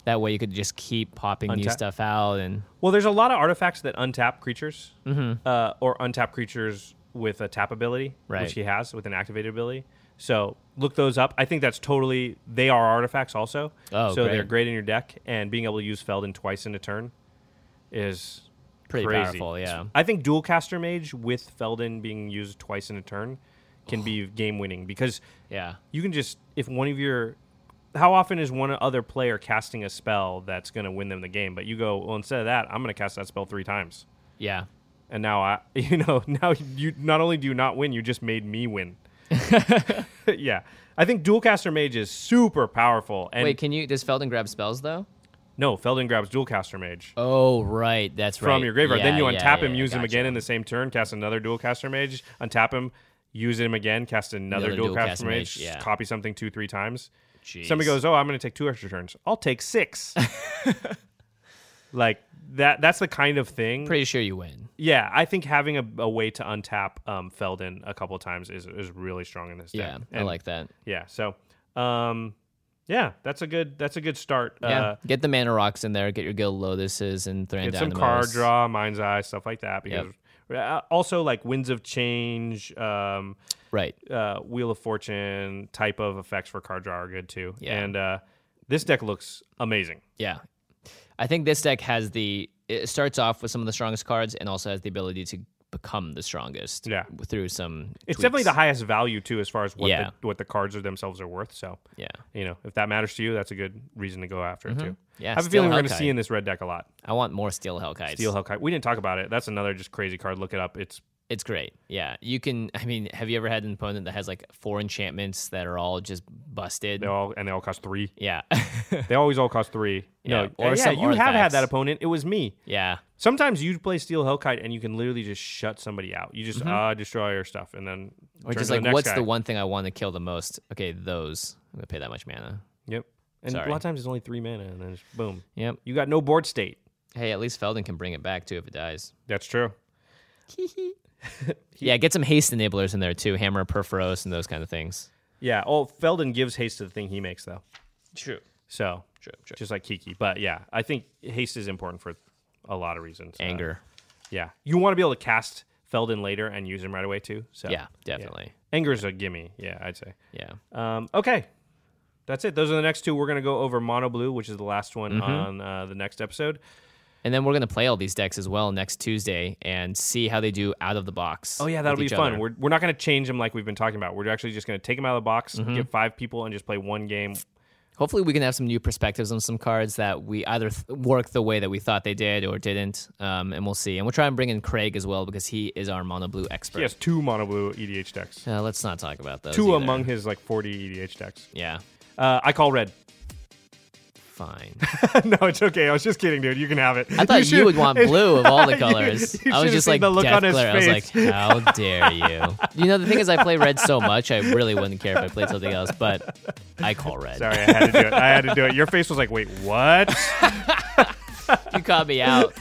S2: that way you could just keep popping new
S3: Mm-hmm. Untap.
S2: stuff out and
S3: Well, there's a lot of artifacts that untap creatures,
S2: Mm-hmm.
S3: uh, or untap creatures with a tap ability,
S2: Right.
S3: which he has with an activated ability. So look those up. I think that's totally they are artifacts also.
S2: Oh,
S3: so they're
S2: great.
S3: great in your deck, and being able to use Felden twice in a turn is
S2: Pretty
S3: crazy.
S2: powerful, yeah.
S3: I think dual caster mage with Felden being used twice in a turn can be game winning because
S2: yeah.
S3: you can just if one of your how often is one other player casting a spell that's going to win them the game but you go well instead of that i'm going to cast that spell three times
S2: Yeah.
S3: and now i [LAUGHS] you know now you not only do you not win you just made me
S2: [LAUGHS]
S3: win yeah i think dual caster mage is super powerful and
S2: Wait, can you does Felden grab spells though?
S3: no felden grabs dual caster mage
S2: Oh right, that's right.
S3: from your graveyard then you
S2: Yeah,
S3: untap
S2: yeah, yeah,
S3: him
S2: yeah,
S3: use him
S2: gotcha.
S3: again in the same turn cast another dual caster mage untap him use him again cast another, dual, caster, mage,
S2: yeah.
S3: copy something two three times
S2: Jeez.
S3: Somebody goes, "Oh, I'm going to take two extra turns. I'll take six. [LAUGHS] like that. That's the kind of thing.
S2: Pretty sure you win.
S3: yeah, I think having a, a way to untap um, Felden a couple of times is is really strong in this
S2: Yeah,
S3: deck.
S2: I
S3: And,
S2: like that.
S3: Yeah, so um, yeah, that's a good that's a good start.
S2: Yeah,
S3: Uh,
S2: get the mana rocks in there. Get your guild lotuses and throw
S3: get
S2: down
S3: some
S2: the
S3: card
S2: most.
S3: draw, mind's eye, stuff like that. Because uh, also like Winds of Change, um,
S2: Right.
S3: uh, Wheel of Fortune type of effects for card draw are good too.
S2: Yeah.
S3: And uh, this deck looks amazing.
S2: Yeah. I think this deck has the it starts off with some of the strongest cards and also has the ability to become the strongest.
S3: Yeah.
S2: Through some
S3: It's definitely the
S2: tweaks.
S3: highest value too, as far as what
S2: Yeah.
S3: the, what the cards are themselves are worth. So
S2: Yeah. Mm-hmm.
S3: you know, if that matters to you, that's a good reason to go after it too.
S2: Yeah,
S3: I have a
S2: Steel
S3: feeling we're going to
S2: Hellkite.
S3: see in this red deck a lot.
S2: I want more steel hellkites.
S3: Steel Hellkite. We didn't talk about it. That's another just crazy card. Look it up. It's
S2: it's great. Yeah. You can I mean, have you ever had an opponent that has like four enchantments that are all just busted?
S3: they all and they all cost three.
S2: Yeah. [LAUGHS]
S3: They always all cost three.
S2: Yeah,
S3: no,
S2: or
S3: yeah,
S2: some
S3: you have had that
S2: artifacts.
S3: opponent. It was me.
S2: yeah.
S3: Sometimes you play Steel Hellkite and you can literally just shut somebody out. You just uh, destroy your stuff and then
S2: Mm-hmm. Or
S3: turn
S2: just
S3: to
S2: like
S3: the next
S2: what's
S3: guy.
S2: the one thing I want to kill the most? Okay, those. I'm gonna pay that much mana.
S3: Yep. And
S2: Sorry.
S3: a lot of times it's only three mana and then just boom.
S2: Yep.
S3: You got no board state.
S2: Hey, at least Felden can bring it back too if it dies.
S3: That's true.
S2: yeah, get some haste enablers in there too, hammer perforos and those kind of things.
S3: Yeah. Oh, Felden gives haste to the thing he makes though.
S2: True.
S3: So
S2: True, true.
S3: just like Kiki. But yeah, I think haste is important for a lot of reasons. Uh,
S2: Anger.
S3: yeah, you want to be able to cast Felden later and use him right away too. So
S2: yeah, definitely.
S3: anger is a gimme. Yeah, I'd say.
S2: Yeah.
S3: Um, okay, that's it. Those are the next two. We're gonna go over mono blue, which is the last one on uh, the next episode.
S2: And then we're going to play all these decks as well next Tuesday and see how they do out of the box.
S3: Oh yeah,
S2: with
S3: that'll be
S2: each other.
S3: fun. We're, we're Mm-hmm. not gonna change them like we've been talking about. We're actually just gonna take them out of the box, get five people, and just play one game
S2: Hopefully, we can have some new perspectives on some cards that we either th- work the way that we thought they did or didn't, um, and we'll see. And we'll try and bring in Craig as well because he is our mono blue expert.
S3: He has two mono blue EDH decks.
S2: Uh, let's not talk about those.
S3: two
S2: either.
S3: among his like 40 EDH decks.
S2: Yeah,
S3: Uh, I call red. [LAUGHS]
S2: fine.
S3: no, it's okay. I was just kidding, dude. You can have it.
S2: I thought you,
S3: should-
S2: would
S3: [LAUGHS]
S2: want blue of all the
S3: You-
S2: colors.
S3: you
S2: I was
S3: should've
S2: just
S3: seen
S2: like
S3: the look
S2: death
S3: on his
S2: glare. I was
S3: face.
S2: like,
S3: [LAUGHS]
S2: how dare you? You know, the thing is, I play red so much, I really wouldn't care if I played something else. But I call red.
S3: Sorry, I had to do it. I had to do it. Your face was like, wait,
S2: [LAUGHS]
S3: what?
S2: You caught me
S3: [LAUGHS]
S2: out.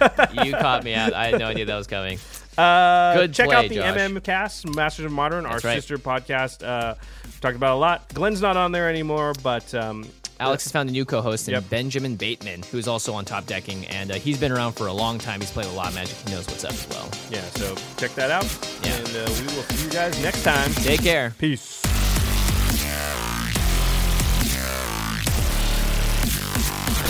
S2: You caught me out. I had no idea that was coming.
S3: Uh,
S2: Good
S3: check
S2: play,
S3: out the
S2: Josh.
S3: MM Cast, Masters of Modern, our
S2: That's right.
S3: sister podcast. Uh, talked about a lot. Glenn's not on there anymore, but um,
S2: Alex has found a new co-host in
S3: Yep.
S2: Benjamin Bateman, who's also on Top Decking, and uh, he's been around for a long time. He's played a lot of Magic. He knows what's up as well.
S3: yeah, so check that out.
S2: Yeah.
S3: And uh, we will see you guys next time.
S2: Take care.
S3: Peace.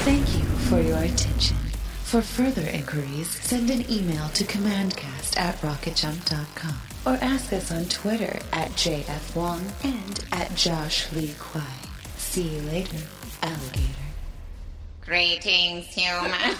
S1: Thank you for your attention. For further inquiries, send an email to commandcast at rocketjump.com or ask us on Twitter at JF Wong and at Josh Lee Kwai. See you later, alligator.
S4: Greetings, humans.